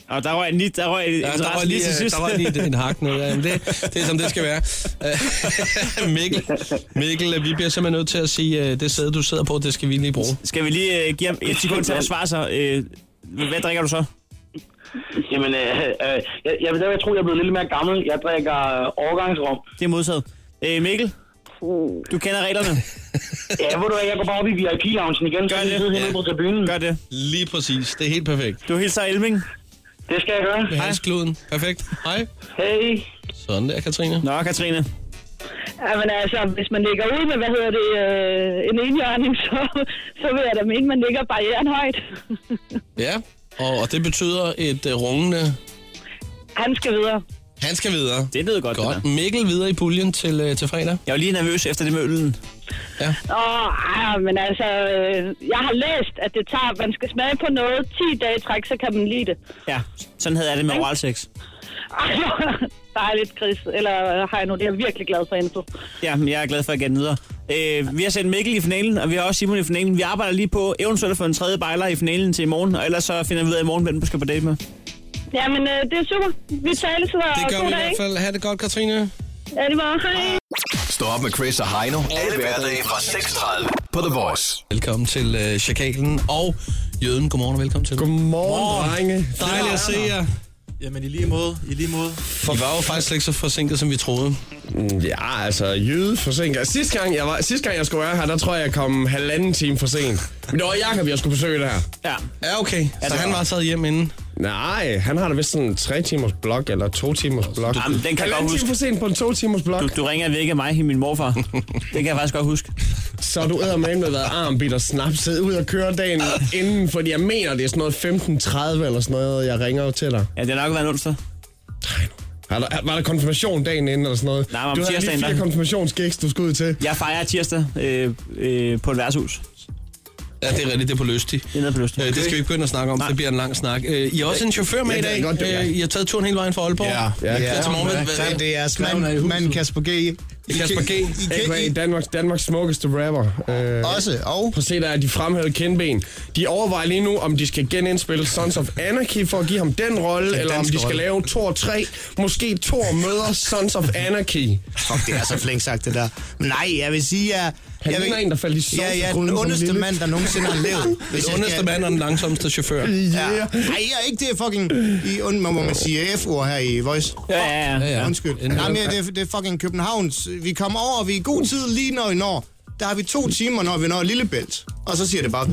[SPEAKER 4] Og der røg en der røg en
[SPEAKER 3] Ja,
[SPEAKER 4] interesse
[SPEAKER 3] der var lige,
[SPEAKER 4] lige til
[SPEAKER 3] øh,
[SPEAKER 4] sidst.
[SPEAKER 3] der var lige en hak nu. Ja, jamen det, det er, som det skal være. Øh, Mikkel, Mikkel, øh, vi bliver simpelthen nødt til at sige, øh, det sæde, du sidder på, det skal vi lige bruge.
[SPEAKER 4] Skal vi lige øh, give ham et sekund til at svare sig? Øh, hvad drikker du så?
[SPEAKER 9] Jamen, øh, øh, jeg, jeg, jeg, jeg tror, jeg er blevet lidt mere gammel. Jeg drikker øh, årgangsrum.
[SPEAKER 4] Det er modsat. Øh, Mikkel, du kender reglerne.
[SPEAKER 9] Ja, ved du hvad, jeg går bare op i VIP-loungen igen, så
[SPEAKER 4] Gør
[SPEAKER 9] kan vi
[SPEAKER 4] det.
[SPEAKER 9] sidde hernede på tribunen.
[SPEAKER 4] Gør det.
[SPEAKER 3] Lige præcis. Det er helt perfekt.
[SPEAKER 4] Du hilser Elming.
[SPEAKER 9] Det skal jeg gøre.
[SPEAKER 3] Med halskluden. Perfekt. Hej.
[SPEAKER 9] Hej.
[SPEAKER 3] Sådan der, Katrine.
[SPEAKER 4] Nå, Katrine.
[SPEAKER 7] Jamen altså, hvis man ligger ud med, hvad hedder det, øh, en enhjørning, så, så vil jeg da mene, man ligger barrieren højt.
[SPEAKER 3] Ja, og, og det betyder et uh, rungende...
[SPEAKER 7] Han skal videre.
[SPEAKER 3] Han skal videre.
[SPEAKER 4] Det lyder godt, godt.
[SPEAKER 3] Godt.
[SPEAKER 4] Det der.
[SPEAKER 3] Mikkel videre i puljen til, uh, til fredag.
[SPEAKER 4] Jeg var lige nervøs efter det med øllen.
[SPEAKER 7] Åh, ej, men altså, øh, jeg har læst, at det tager, man skal smage på noget 10 dage i træk, så kan man lide det.
[SPEAKER 4] Ja, sådan havde jeg det med oral sex.
[SPEAKER 7] Ej, hvor dejligt, Chris. Eller øh, Heino, det er jeg virkelig glad for info.
[SPEAKER 4] Ja, men jeg er glad for, at jeg gav den videre. Øh, vi har sendt Mikkel i finalen, og vi har også Simon i finalen. Vi arbejder lige på eventuelt for en tredje bejler i finalen til i morgen, og ellers så finder vi ud af i morgen, hvem du skal på date med.
[SPEAKER 7] Jamen, øh, det er super. Vi taler så
[SPEAKER 3] Det gør vi i hvert fald. Ha' det godt, Katrine.
[SPEAKER 7] Ja, det var. Hej.
[SPEAKER 5] Stå op med Chris og Heino. Alle hverdage fra 6.30 på The Voice.
[SPEAKER 3] Velkommen til øh, Chakalen og Jøden. Godmorgen og velkommen til.
[SPEAKER 8] Godmorgen, drenge.
[SPEAKER 3] Dejligt at se jer.
[SPEAKER 13] Jamen i lige måde, i lige måde.
[SPEAKER 3] For... I var jo faktisk slet ikke så forsinket, som vi troede.
[SPEAKER 8] Mm, Ja, altså, jyde forsinker. Altså, Sidste gang, jeg var, sidste gang, jeg skulle være her, der tror jeg, jeg kom halvanden time for sent. Men det var Jacob, jeg skulle besøge der.
[SPEAKER 4] Ja.
[SPEAKER 3] Ja, okay. Så han var taget hjem inden?
[SPEAKER 8] Nej, han har da vist sådan en tre timers blok, eller to timers blok.
[SPEAKER 4] Jamen, den kan jeg
[SPEAKER 8] halvanden
[SPEAKER 4] godt
[SPEAKER 8] time
[SPEAKER 4] huske.
[SPEAKER 8] for sent på en to timers blok.
[SPEAKER 4] Du, du ringer væk af mig, min morfar. det kan jeg faktisk godt huske.
[SPEAKER 8] Så har du æder med med været armbit og snapset ud og køre dagen inden, fordi jeg mener, det er sådan noget 15.30 eller sådan noget, jeg ringer jo til dig.
[SPEAKER 4] Ja, det har nok været en onsdag.
[SPEAKER 8] Har der, var der konfirmation dagen inden eller sådan noget?
[SPEAKER 4] Nej, men om
[SPEAKER 8] du havde lige
[SPEAKER 4] tirsdagen,
[SPEAKER 8] fire
[SPEAKER 4] der-
[SPEAKER 8] konfirmationsgigs, du skulle ud til.
[SPEAKER 4] Jeg fejrer tirsdag øh, øh, på et værtshus.
[SPEAKER 3] Ja, det er rigtigt. Det er på Løsti.
[SPEAKER 4] Det er nede på Løsti.
[SPEAKER 3] Øh, det skal vi ikke begynde at snakke om. Nej. Det bliver en lang snak. Øh, I har også en chauffør med
[SPEAKER 8] Ja,
[SPEAKER 3] i
[SPEAKER 8] det er
[SPEAKER 3] dag.
[SPEAKER 8] godt, det er.
[SPEAKER 3] Øh, I har taget turen hele vejen fra Aalborg.
[SPEAKER 8] Ja,
[SPEAKER 3] ja.
[SPEAKER 8] ja.
[SPEAKER 3] Til morgen,
[SPEAKER 14] Jamen, det er
[SPEAKER 3] Sklaven er i
[SPEAKER 14] mand,
[SPEAKER 3] huset.
[SPEAKER 14] mand Kasper G. I
[SPEAKER 3] Kasper G.
[SPEAKER 14] kan- I kan-
[SPEAKER 8] AKA
[SPEAKER 14] I-
[SPEAKER 8] Danmarks, Danmarks smukkeste rapper. Øh,
[SPEAKER 14] Også,
[SPEAKER 8] og? Prøv at se, der er de fremhævede kindben. De overvejer lige nu, om de skal genindspille Sons of Anarchy for at give ham den rolle, eller om
[SPEAKER 14] danske
[SPEAKER 8] de skal
[SPEAKER 14] rolle.
[SPEAKER 8] lave to og tre, måske to og møder Sons of Anarchy.
[SPEAKER 14] Fuck, det er så flink sagt, det der. Men nej, jeg vil sige, at...
[SPEAKER 8] Han
[SPEAKER 14] jeg
[SPEAKER 8] ligner en, der faldt i sovs
[SPEAKER 14] Ja,
[SPEAKER 8] i
[SPEAKER 14] jeg er den
[SPEAKER 8] gryden som
[SPEAKER 14] ondeste
[SPEAKER 8] lille.
[SPEAKER 14] mand, der nogensinde har levet.
[SPEAKER 3] Den
[SPEAKER 14] jeg
[SPEAKER 3] ondeste
[SPEAKER 14] skal-
[SPEAKER 3] mand og den langsomste chauffør.
[SPEAKER 14] Ja. Nej, jeg er ikke det fucking... I und, må man sige F-ord her i Voice.
[SPEAKER 4] Ja, ja, ja.
[SPEAKER 3] ja.
[SPEAKER 14] Undskyld.
[SPEAKER 3] En-
[SPEAKER 14] Nej, men det, er- det er fucking Københavns. Vi kommer over, vi er i god tid lige når vi når. Der har vi to timer, når vi når Lillebælt. Og så siger det bare...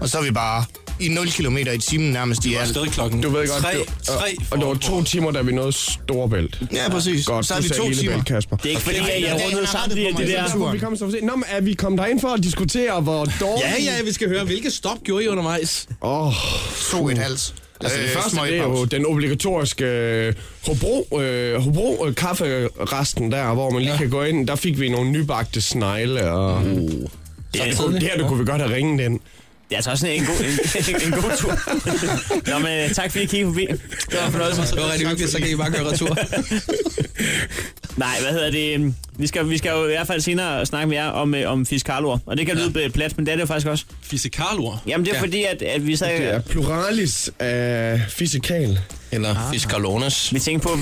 [SPEAKER 14] Og så er vi bare i 0 km i timen nærmest i alt.
[SPEAKER 8] Du ved godt,
[SPEAKER 13] Tre-
[SPEAKER 8] det var-
[SPEAKER 13] tre
[SPEAKER 8] og, og det var to timer, da vi nåede Storebælt.
[SPEAKER 14] Ja, præcis.
[SPEAKER 8] Godt,
[SPEAKER 14] så
[SPEAKER 8] så
[SPEAKER 14] er vi
[SPEAKER 8] sagde
[SPEAKER 14] to
[SPEAKER 8] Lillebælt,
[SPEAKER 14] timer.
[SPEAKER 8] Kasper.
[SPEAKER 4] Det er ikke fordi,
[SPEAKER 14] Okay,
[SPEAKER 4] at jeg
[SPEAKER 14] den dag,
[SPEAKER 4] rundede
[SPEAKER 14] han har
[SPEAKER 4] samtlige af
[SPEAKER 14] rettet
[SPEAKER 4] det
[SPEAKER 14] på mig.
[SPEAKER 4] der.
[SPEAKER 14] Så
[SPEAKER 8] Vi kom så for sent. Nå, men er vi kommet derind for at diskutere, hvor dårligt...
[SPEAKER 3] Ja, ja, vi skal høre, hvilke stop gjorde I undervejs?
[SPEAKER 8] Åh, oh,
[SPEAKER 14] To et halvt.
[SPEAKER 8] Altså det
[SPEAKER 14] Øh,
[SPEAKER 8] første,
[SPEAKER 14] smøg
[SPEAKER 8] det er
[SPEAKER 14] pause.
[SPEAKER 8] jo den obligatoriske øh, Hobro, øh, Hobro øh, kafferesten der, hvor man lige ja. kan gå ind. Der fik vi nogle nybagte snegle, og mm. det, det, kunne, det her det kunne vi godt have ringet ind.
[SPEAKER 4] Det er altså også en, en, god, en, en god tur. Nå, men øh, tak fordi I kiggede forbi. Det var en fornøjelse.
[SPEAKER 3] Det var rigtig hyggeligt, så kan I bare køre retur.
[SPEAKER 4] Nej, hvad hedder det? Øhm, Vi skal, vi skal jo i hvert fald senere snakke med jer om, øh, om fiskalor. Og det kan lyde ja. plat, men det er det jo faktisk også.
[SPEAKER 13] Fysikalord.
[SPEAKER 4] Jamen, det er ja. fordi, at, at vi så...
[SPEAKER 8] Det er pluralis af fysikal.
[SPEAKER 3] Eller Fiskarlones,
[SPEAKER 4] Vi tænker på...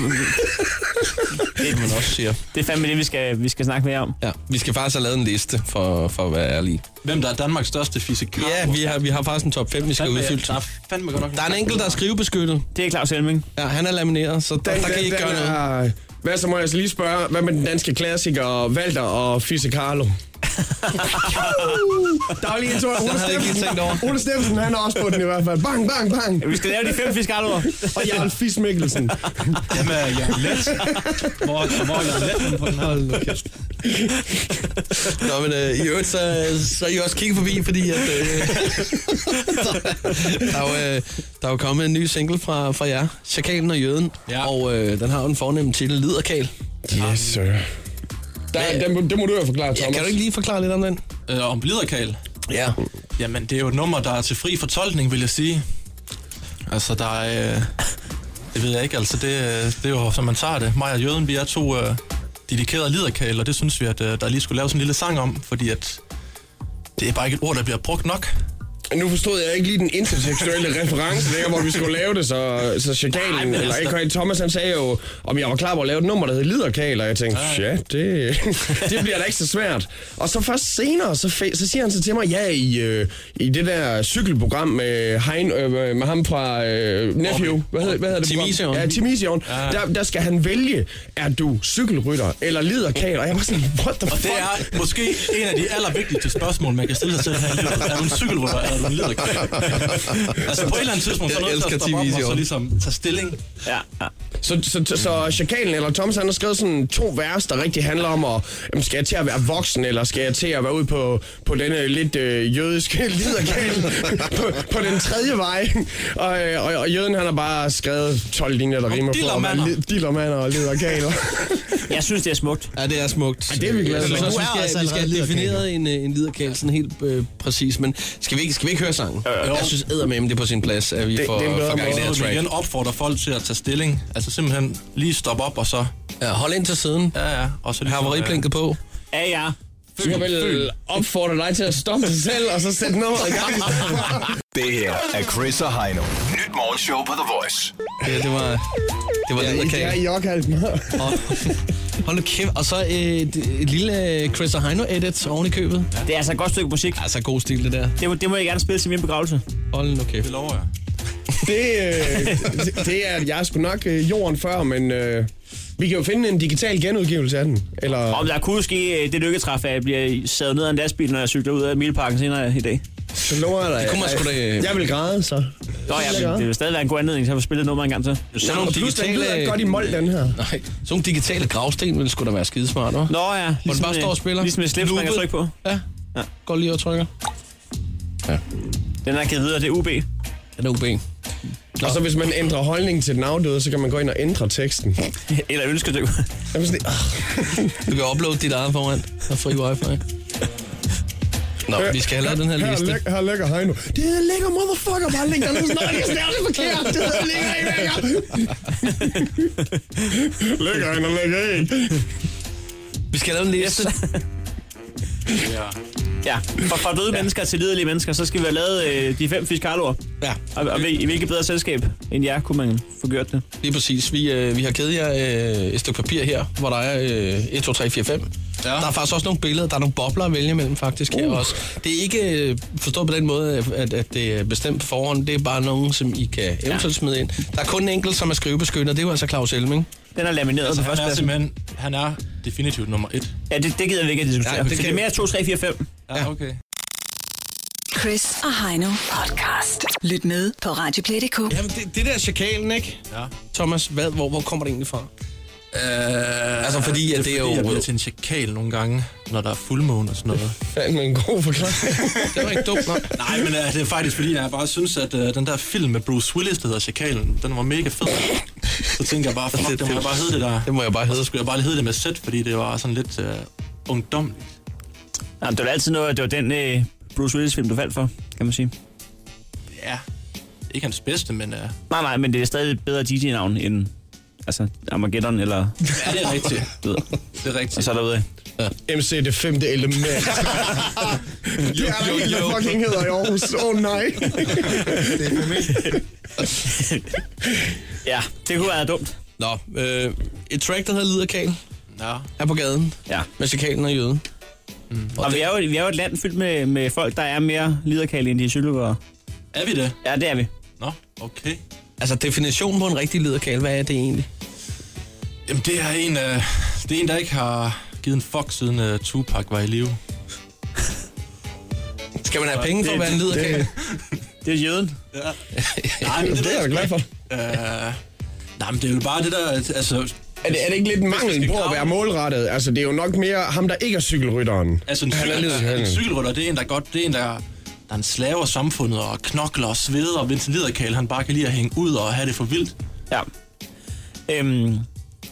[SPEAKER 3] det man også siger.
[SPEAKER 4] Det er fandme det, vi skal, vi skal snakke med jer om.
[SPEAKER 3] Ja, vi skal faktisk have lavet en liste, for, for at være ærlige.
[SPEAKER 13] Hvem der er Danmarks største fysikalord?
[SPEAKER 3] Ja, vi har, vi har faktisk en top 5, vi skal udfylde.
[SPEAKER 13] Der er fandme godt nok.
[SPEAKER 3] Der er en enkelt, der er skrivebeskyttet.
[SPEAKER 4] Det er Claus Helming.
[SPEAKER 3] Ja, han er lamineret, så der, der kan I ikke gøre noget.
[SPEAKER 8] noget. Hvad så må jeg altså lige spørge, hvad med den danske klassiker Walter og Fysikalo? der var lige en tur. Ole
[SPEAKER 3] havde jeg ikke lige
[SPEAKER 8] Steffensen,
[SPEAKER 3] tænkt over.
[SPEAKER 8] Ole Steffensen, han er også på den i hvert fald. Bang, bang, bang.
[SPEAKER 4] Vi skal lave de fem fiskalor.
[SPEAKER 8] Og Jarl Fis Mikkelsen.
[SPEAKER 13] Jamen, jeg er let. Hvor, hvor er jeg let på den her? Hold nu kæft.
[SPEAKER 3] Nå, men øh, i øvrigt, så, så er I også kigge forbi, fordi at, øh, der, er jo, øh, der er jo kommet en ny single fra, fra jer, Chakalen og Jøden,
[SPEAKER 13] Ja.
[SPEAKER 3] og øh, den har jo en fornem titel, Liderkal.
[SPEAKER 8] Yes, sir. Der, den, det må du jo forklare, Thomas.
[SPEAKER 3] Ja, kan du ikke lige forklare lidt om den?
[SPEAKER 13] Øh, om bliderkal.
[SPEAKER 3] Ja.
[SPEAKER 13] Jamen, det er jo et nummer, der er til fri fortolkning, vil jeg sige. Altså, der er... Øh, det ved jeg ikke, altså. Det, øh, det er jo, som man tager det. Mig og Jøden, vi er to øh, dedikerede liderkæl, og det synes vi, at øh, der lige skulle laves en lille sang om, fordi at... Det er bare ikke et ord, der bliver brugt nok.
[SPEAKER 8] Nu forstod jeg ikke lige den interseksuelle reference der, hvor vi skulle lave det, så, så
[SPEAKER 13] Nej,
[SPEAKER 8] chakalen,
[SPEAKER 13] men
[SPEAKER 8] eller
[SPEAKER 13] altså-
[SPEAKER 8] ikke, Thomas han sagde jo, om jeg var klar på at lave et nummer, der hed Liderkal, og jeg tænkte, ja, det, det bliver da ikke så svært. Og så først senere, så, fe- så siger han så til mig, ja, i, øh, i det der cykelprogram med, Hein, øh, med- med ham fra øh, Nephew, hvad hedder, hvad hedder det? program?
[SPEAKER 3] Timision.
[SPEAKER 8] Ja, Timision. Der, der skal han vælge, er du cykelrytter eller liderkal, og jeg var sådan, what the
[SPEAKER 13] Og
[SPEAKER 8] fuck?
[SPEAKER 13] det er måske en af de allervigtigste spørgsmål, man kan stille sig selv her i livet. Er du en cykelrytter, eller er du en liderkal? Altså på et eller andet tidspunkt, så er
[SPEAKER 3] Jeg
[SPEAKER 13] noget, der
[SPEAKER 3] elsker
[SPEAKER 13] stopper op, og
[SPEAKER 3] TV-serien.
[SPEAKER 13] så ligesom tage stilling.
[SPEAKER 4] Ja, ja.
[SPEAKER 8] Så, så, så, så Chakalen eller Thomas, han har skrevet sådan to vers, der rigtig handler om, at, jamen, skal jeg til at være voksen, eller skal jeg til at være ude på, på denne lidt øh, jødiske liderkal på, på den tredje vej? Og, øh, og, og jøden, han har bare skrevet 12 linjer, der rimer på at
[SPEAKER 13] dillermander.
[SPEAKER 8] være li- dillermander og liderkaler.
[SPEAKER 4] Jeg synes, det er smukt.
[SPEAKER 3] Ja, det er smukt.
[SPEAKER 8] Ja, det er vi
[SPEAKER 3] Jeg
[SPEAKER 8] glade for.
[SPEAKER 3] synes også,
[SPEAKER 14] Du er
[SPEAKER 3] vi
[SPEAKER 14] altså
[SPEAKER 3] skal, vi skal have
[SPEAKER 14] allerede
[SPEAKER 3] defineret en, øh, en liderkal sådan helt øh, præcis, men skal vi ikke, skal vi ikke høre sangen? Jo. Jeg synes eddermame, det er på sin plads, at vi
[SPEAKER 8] Det-
[SPEAKER 3] får,
[SPEAKER 8] det er en bedre
[SPEAKER 3] får gang i det
[SPEAKER 8] måde.
[SPEAKER 3] her
[SPEAKER 13] Og vi igen
[SPEAKER 3] track.
[SPEAKER 13] opfordrer folk til at tage stilling. Altså simpelthen lige stoppe op, og så...
[SPEAKER 3] Ja, hold ind til siden.
[SPEAKER 13] Ja, ja. Og så
[SPEAKER 3] Havariblinket på.
[SPEAKER 4] Ja, ja.
[SPEAKER 8] Så jeg vil opfordre dig til at stoppe dig selv, og så sætte nummeret i gang.
[SPEAKER 5] Det her er Chris og Heino. Nyt morgenshow på The Voice.
[SPEAKER 3] Ja, det var... Det var ja,
[SPEAKER 8] Det er i okkalt med.
[SPEAKER 3] Hold nu kæft. Og så et, et lille Chris og Heino edit oven i købet.
[SPEAKER 4] Det er altså et godt stykke musik.
[SPEAKER 3] Altså god stil, det der.
[SPEAKER 4] Det må, det må jeg gerne spille til min begravelse.
[SPEAKER 3] Hold nu kæft. Det
[SPEAKER 13] lover jeg.
[SPEAKER 8] Det, øh, det- det er, jeg er sgu nok øh, jorden før, men øh, vi kan jo finde en digital genudgivelse af den. Eller...
[SPEAKER 4] Om der kunne ske øh, det lykketræf, at jeg bliver savet ned af en lastbil, når jeg cykler ud af Mileparken senere i dag.
[SPEAKER 8] Så lover jeg dig.
[SPEAKER 4] Det kunne man sgu da- øh,
[SPEAKER 8] Jeg vil græde, så.
[SPEAKER 4] Nå ja, men det vil stadig være en god anledning til at få spillet nummer en gang til.
[SPEAKER 3] Sådan
[SPEAKER 8] og
[SPEAKER 3] nogle
[SPEAKER 8] plus, den
[SPEAKER 3] digitale...
[SPEAKER 8] lyder godt i mål, den her.
[SPEAKER 3] Nej, sådan nogle digitale gravsten ville sgu da være skidesmart, hva'?
[SPEAKER 4] Nå ja,
[SPEAKER 3] Hvor den
[SPEAKER 4] ligesom,
[SPEAKER 3] bare står og spiller.
[SPEAKER 4] øh, ligesom et slips, man kan
[SPEAKER 3] Loopet.
[SPEAKER 4] trykke på.
[SPEAKER 3] Ja.
[SPEAKER 4] ja.
[SPEAKER 3] Går lige og trykker.
[SPEAKER 4] Den er givet videre, det er UB.
[SPEAKER 3] Den er UB.
[SPEAKER 8] Og så hvis man ændrer holdning til den afdøde, så kan man gå ind og ændre teksten.
[SPEAKER 4] Eller ønsker det.
[SPEAKER 8] Jamen, sådan,
[SPEAKER 3] Du kan uploade dit eget foran og fri wifi. Nå, vi skal have lavet den her liste.
[SPEAKER 8] Her, her ligger Heino. Det er lækker motherfucker, bare ligger dernede. Sådan, "Nå, det er snart forkert. Det hedder ligger i lækker. Ligger Heino, ligger i.
[SPEAKER 3] Vi skal lave en liste.
[SPEAKER 4] Ja. Ja, fra, fra døde ja. mennesker til lidelige mennesker, så skal vi have lavet øh, de fem fiskaloer.
[SPEAKER 3] Ja.
[SPEAKER 4] Og, og i, i hvilket bedre selskab end jer kunne man få gjort det.
[SPEAKER 3] Lige præcis. Vi, øh, vi har givet jer øh, et stykke papir her, hvor der er øh, 1, 2, 3, 4, 5. Ja. Der er faktisk også nogle billeder, der er nogle bobler at vælge mellem faktisk uh. her også. Det er ikke øh, forstået på den måde, at, at det er bestemt på forhånd. Det er bare nogen, som I kan eventuelt smide ind. Der er kun en enkelt, som er skrivebeskytter. Det var altså Claus Elming.
[SPEAKER 4] Den er lamineret
[SPEAKER 13] Altså,
[SPEAKER 4] på
[SPEAKER 13] han er
[SPEAKER 4] førstepladsen.
[SPEAKER 13] simpelthen, han er definitivt nummer et.
[SPEAKER 4] Ja, det, det gider vi ikke at diskutere.
[SPEAKER 13] Ja,
[SPEAKER 4] Ja,
[SPEAKER 13] det
[SPEAKER 4] det,
[SPEAKER 13] kan-
[SPEAKER 4] det er mere 2, 3, 4, 5.
[SPEAKER 13] Ja, okay.
[SPEAKER 2] Chris og Heino podcast. Lyt med på Radioplay.dk.
[SPEAKER 3] Jamen, det, det der chakalen, ikke?
[SPEAKER 13] Ja.
[SPEAKER 3] Thomas, hvad, hvor, hvor kommer det egentlig fra?
[SPEAKER 13] Øh,
[SPEAKER 3] altså, fordi, at det er jo-
[SPEAKER 13] Jeg bliver til en chakal nogle gange, når der er fuldmåne og sådan noget.
[SPEAKER 8] Fandme en god forklaring.
[SPEAKER 3] det var ikke dumt nok.
[SPEAKER 13] Nej, men øh, det er faktisk fordi, jeg bare synes, at øh, den der film med Bruce Willis, der hedder Chakalen, den var mega fed. Så tænkte jeg bare, fuck, det, må jeg bare hedde det der.
[SPEAKER 3] Det må jeg bare hedde.
[SPEAKER 13] Så skulle jeg bare lige hedde det med sæt, fordi det var sådan lidt øh, ungdomligt.
[SPEAKER 4] Jamen, det var altid noget, det var den øh, Bruce Willis-film, du faldt for, kan man sige.
[SPEAKER 13] Ja, ikke hans bedste, men øh, ja,
[SPEAKER 4] Nej, nej, men det er stadig et bedre DJ-navn end altså, Armageddon eller...
[SPEAKER 13] det er rigtigt.
[SPEAKER 4] Du ved.
[SPEAKER 13] Det er rigtigt.
[SPEAKER 4] Og så er der ved.
[SPEAKER 8] MC det femte element. det er der ikke, der fucking hedder i Aarhus. Åh oh, nej.
[SPEAKER 4] Ja, det kunne være dumt.
[SPEAKER 3] Nå, øh, et track, der hedder Liderkal,
[SPEAKER 13] Ja.
[SPEAKER 3] er på gaden
[SPEAKER 4] Ja.
[SPEAKER 3] med chakalen og jøden.
[SPEAKER 4] Og, vi, er jo, vi er jo et land fyldt med, med folk, der er mere liderkale end de sylvere.
[SPEAKER 13] Er vi det?
[SPEAKER 4] Ja, det er vi.
[SPEAKER 13] Nå, okay.
[SPEAKER 3] Altså, definitionen på en rigtig liderkal, hvad er det egentlig?
[SPEAKER 13] Jamen, det er en, øh, det er en der ikke har givet en fuck, siden øh, Tupac var i live.
[SPEAKER 3] Skal man have penge for at være en liderkal?
[SPEAKER 4] Det er jøden.
[SPEAKER 13] Nej, men det,
[SPEAKER 8] Det er jeg glad for.
[SPEAKER 13] Øh, nej, men det er jo bare det der, altså...
[SPEAKER 8] Er det, er det ikke lidt mangel på at være målrettet? Altså, det er jo nok mere ham, der ikke er cykelrytteren.
[SPEAKER 13] Altså en,
[SPEAKER 8] Han er
[SPEAKER 13] cykel,
[SPEAKER 8] lidt
[SPEAKER 13] en
[SPEAKER 8] uheldig.
[SPEAKER 13] cykelrytter, det er en, der godt, det er en, der, der er en slave af samfundet og knokler og sveder, og Vincent Liderkale, han bare kan lide at hænge ud og have det for vildt.
[SPEAKER 4] Ja. Øhm,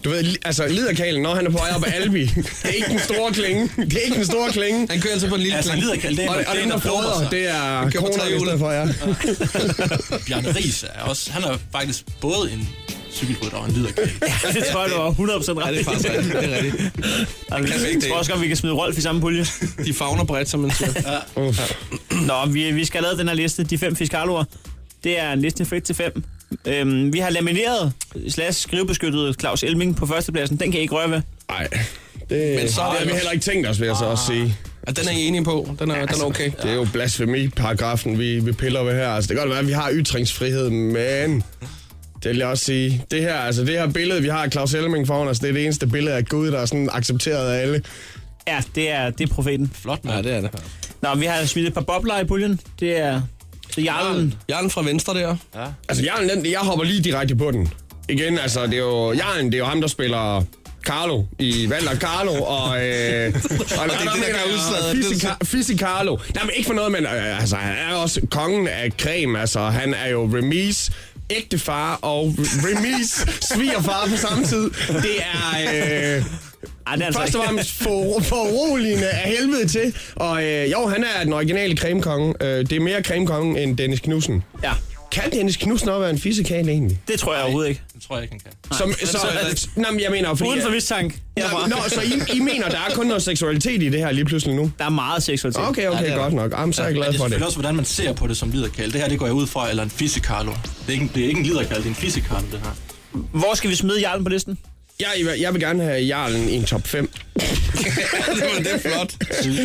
[SPEAKER 8] Du ved, li- altså liderkalen, når han er på vej op ad Albi. Det er ikke den store klinge. Det er ikke den store klinge.
[SPEAKER 3] Han kører altså på en lille
[SPEAKER 13] Altså,
[SPEAKER 3] klang.
[SPEAKER 13] Liderkale, det er en,
[SPEAKER 8] Og,
[SPEAKER 13] det er
[SPEAKER 8] og
[SPEAKER 13] en,
[SPEAKER 8] den, der
[SPEAKER 13] brokker
[SPEAKER 8] fodrer,
[SPEAKER 13] sig.
[SPEAKER 8] det er
[SPEAKER 3] Han kører på
[SPEAKER 8] kroner i
[SPEAKER 3] trehjulet.
[SPEAKER 8] stedet for, ja.
[SPEAKER 13] Bjarne Ries er også, han er faktisk både en cykelrytter og en Liderkale.
[SPEAKER 4] det tror jeg, du var 100% ret.
[SPEAKER 3] Ja, det er faktisk rigtigt. Det er rigtigt.
[SPEAKER 4] Altså,
[SPEAKER 3] kan
[SPEAKER 4] jeg
[SPEAKER 3] begge
[SPEAKER 4] tror også godt, vi kan smide Rolf i samme pulje.
[SPEAKER 3] De fagner bredt, som man siger.
[SPEAKER 4] Nå, vi, vi skal have lavet den her liste, de fem fiskaloer. Det er en liste frit til fem. Øhm, vi har lamineret slash skrivebeskyttet Claus Elming på førstepladsen. Den kan I ikke røre ved.
[SPEAKER 8] Nej. Det,
[SPEAKER 3] Men
[SPEAKER 8] Men
[SPEAKER 3] så
[SPEAKER 8] så
[SPEAKER 3] er
[SPEAKER 8] det
[SPEAKER 3] det
[SPEAKER 8] har vi
[SPEAKER 3] også-
[SPEAKER 8] heller ikke tænkt os, vil jeg så også sige. altså,
[SPEAKER 3] Og den er I enige på. Den er, den er okay.
[SPEAKER 8] Det er jo blasfemiparagrafen, vi, vi piller ved her. Altså, det kan godt være, at vi har ytringsfrihed, men... Det vil jeg også sige. Det her, altså det her billede, vi har af Claus Elming foran os, det er det eneste billede af Gud, der er sådan accepteret af alle.
[SPEAKER 4] Ja, det er, det er profeten.
[SPEAKER 13] Flot, mand.
[SPEAKER 3] Ja, det er det.
[SPEAKER 4] Nå, vi har smidt et par bobler i puljen. Det er så Jarlen.
[SPEAKER 3] Jarlen fra venstre der.
[SPEAKER 8] Altså, Jarlen, den, jeg hopper lige direkte på den. Igen, altså, det er jo Jarlen, det er jo ham, der spiller Carlo i Valder Carlo, og, øh, og, og det er det, der
[SPEAKER 3] gør
[SPEAKER 8] er
[SPEAKER 3] udslaget.
[SPEAKER 8] udslaget. Fisi Carlo. Nej, men ikke for noget, men øh, altså, han er også kongen af creme. Altså, han er jo remis, ægtefar og remis svigerfar på samme tid. Det er... Øh,
[SPEAKER 4] Ej, det er altså
[SPEAKER 8] Først og
[SPEAKER 4] ikke.
[SPEAKER 8] fremmest for, foruroligende af helvede til. Og øh, jo, han er den originale cremekonge. Øh, det er mere cremekongen end Dennis Knudsen.
[SPEAKER 4] Ja.
[SPEAKER 8] Kan Dennis Knudsen også være en fissekale egentlig?
[SPEAKER 4] Det tror jeg overhovedet ikke. øh,
[SPEAKER 13] Det tror jeg ikke, han kan.
[SPEAKER 8] Som, så, så, nå, men jeg mener, fordi...
[SPEAKER 4] Uden for mistanke.
[SPEAKER 8] Nå, nå, så I, I mener, der er kun noget seksualitet i det her lige pludselig nu?
[SPEAKER 4] Der er meget seksualitet.
[SPEAKER 8] Okay, okay, ja, godt nok. Jamen, så er jeg glad
[SPEAKER 13] det er
[SPEAKER 8] for
[SPEAKER 13] selvfølgelig
[SPEAKER 8] det.
[SPEAKER 13] også, hvordan man ser på det som liderkald. Det her, det går jeg ud fra, eller en fisekarlo. Det er ikke, det er ikke en liderkald, det er en fisekarlo, det her.
[SPEAKER 4] Hvor skal vi smide jarlen på listen?
[SPEAKER 8] Jeg, jeg vil gerne have Jarlen i en top 5.
[SPEAKER 3] det er flot.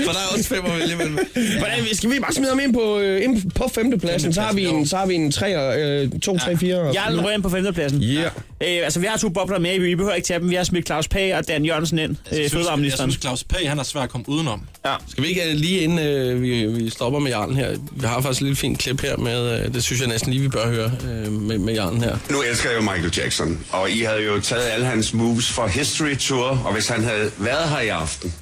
[SPEAKER 3] For der er også fem at vælge imellem.
[SPEAKER 8] Hvordan, skal vi bare smide ham ind på, øh, ind på femtepladsen? Så har vi en, så har vi en 3, øh, 2, 3, 4.
[SPEAKER 4] Jarlen rører ind på femtepladsen.
[SPEAKER 8] Ja.
[SPEAKER 4] Øh, altså, vi har to bobler med, vi behøver ikke tage dem. Vi har smidt Claus Pag og Dan Jørgensen ind, øh,
[SPEAKER 13] Jeg synes, jeg
[SPEAKER 4] fødevareministeren.
[SPEAKER 13] synes Claus Pag, han er svær at komme udenom.
[SPEAKER 4] Ja.
[SPEAKER 3] Skal vi ikke øh, lige inden øh, vi, vi stopper med Jarlen her? Vi har faktisk et lidt fint klip her med, øh, det synes jeg næsten lige, vi bør høre øh, med, med Jarlen her.
[SPEAKER 15] Nu elsker jeg jo Michael Jackson, og I havde jo taget alle hans moves fra History Tour, og hvis han havde været her i aften,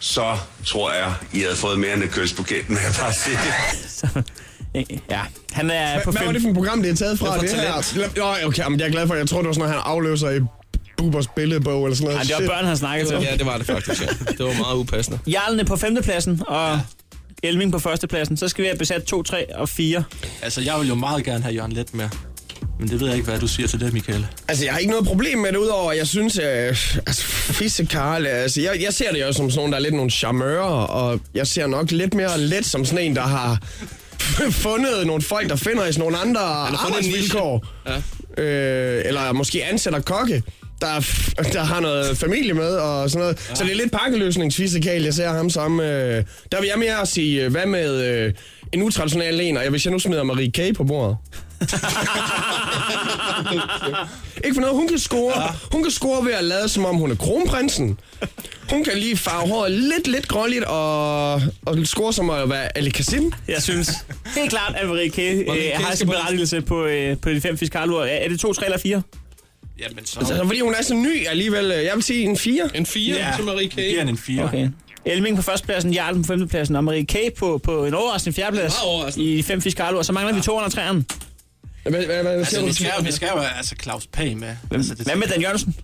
[SPEAKER 15] så tror jeg, I havde fået mere end et kys på kæden, vil jeg bare sige.
[SPEAKER 4] Ja, han er
[SPEAKER 8] Hva-
[SPEAKER 4] på
[SPEAKER 8] Hvad var
[SPEAKER 4] fem.
[SPEAKER 8] det for et program, det er taget fra?
[SPEAKER 4] Det er fra
[SPEAKER 8] Det her? Nå, okay, men jeg er glad for, jeg tror, det var sådan noget, han afløser i Bubers billedbog eller sådan noget.
[SPEAKER 4] Ej, det var
[SPEAKER 8] Shit.
[SPEAKER 4] børn, han snakkede til.
[SPEAKER 3] Ja, det var det faktisk. Ja. Det var meget upassende.
[SPEAKER 4] Jarlen er på femtepladsen, og ja. Elming på førstepladsen. Så skal vi have besat 2, 3 og 4.
[SPEAKER 13] Altså, jeg vil jo meget gerne have Jørgen Let med. Men det ved jeg ikke, hvad du siger til det, Michael.
[SPEAKER 8] Altså, jeg har ikke noget problem med det, udover at jeg synes, at altså, fisse Karl, altså, jeg, jeg ser det jo som sådan nogen, der er lidt nogle charmører, og jeg ser nok lidt mere let som sådan en, der har fundet nogle folk, der finder i sådan nogle andre
[SPEAKER 3] har fundet en
[SPEAKER 8] arbejdsvilkår. Ja. Øh, eller måske ansætter kokke, der, der har noget familie med og sådan noget. Ja. Så det er lidt pakkeløsningsfissikal, jeg ser ham som. Øh, der vil jeg mere sige, øh, hvad med øh, en utraditionel en, og jeg- hvis jeg nu smider Marie K. på bordet. Ikke for noget, hun kan score. Ja. Hun kan score ved at lade, som om hun er kronprinsen. Hun kan lige farve håret lidt, lidt gråligt, og, og score som at være Ali Kassim.
[SPEAKER 4] Jeg synes, det er klart, at Marie K. Øh,
[SPEAKER 8] K.
[SPEAKER 4] har
[SPEAKER 8] skal
[SPEAKER 4] sin
[SPEAKER 8] på
[SPEAKER 4] berettigelse på, øh, på de fem fiskaluer. Er er det 2, 3 eller 4?
[SPEAKER 13] Jamen, så...
[SPEAKER 8] Altså, fordi hun er så ny alligevel. øh, Jeg vil sige en 4.
[SPEAKER 3] En 4
[SPEAKER 4] Ja. til
[SPEAKER 3] Marie K.
[SPEAKER 13] Giver han en 4.
[SPEAKER 4] Okay. Elming på førstepladsen, Jarl på femtepladsen, og Marie K. på, på en overraskende fjerdeplads
[SPEAKER 13] Meget overraskende.
[SPEAKER 4] i fem fiskaluer. Så mangler vi 2 og 3'eren.
[SPEAKER 8] Hvad, hvad, hvad
[SPEAKER 13] Altså,
[SPEAKER 8] siger
[SPEAKER 13] vi
[SPEAKER 8] du?
[SPEAKER 13] skal, jo- vi skal jo have altså, Claus Pag med. Altså, det,
[SPEAKER 4] Hvad med Dan Jørgensen?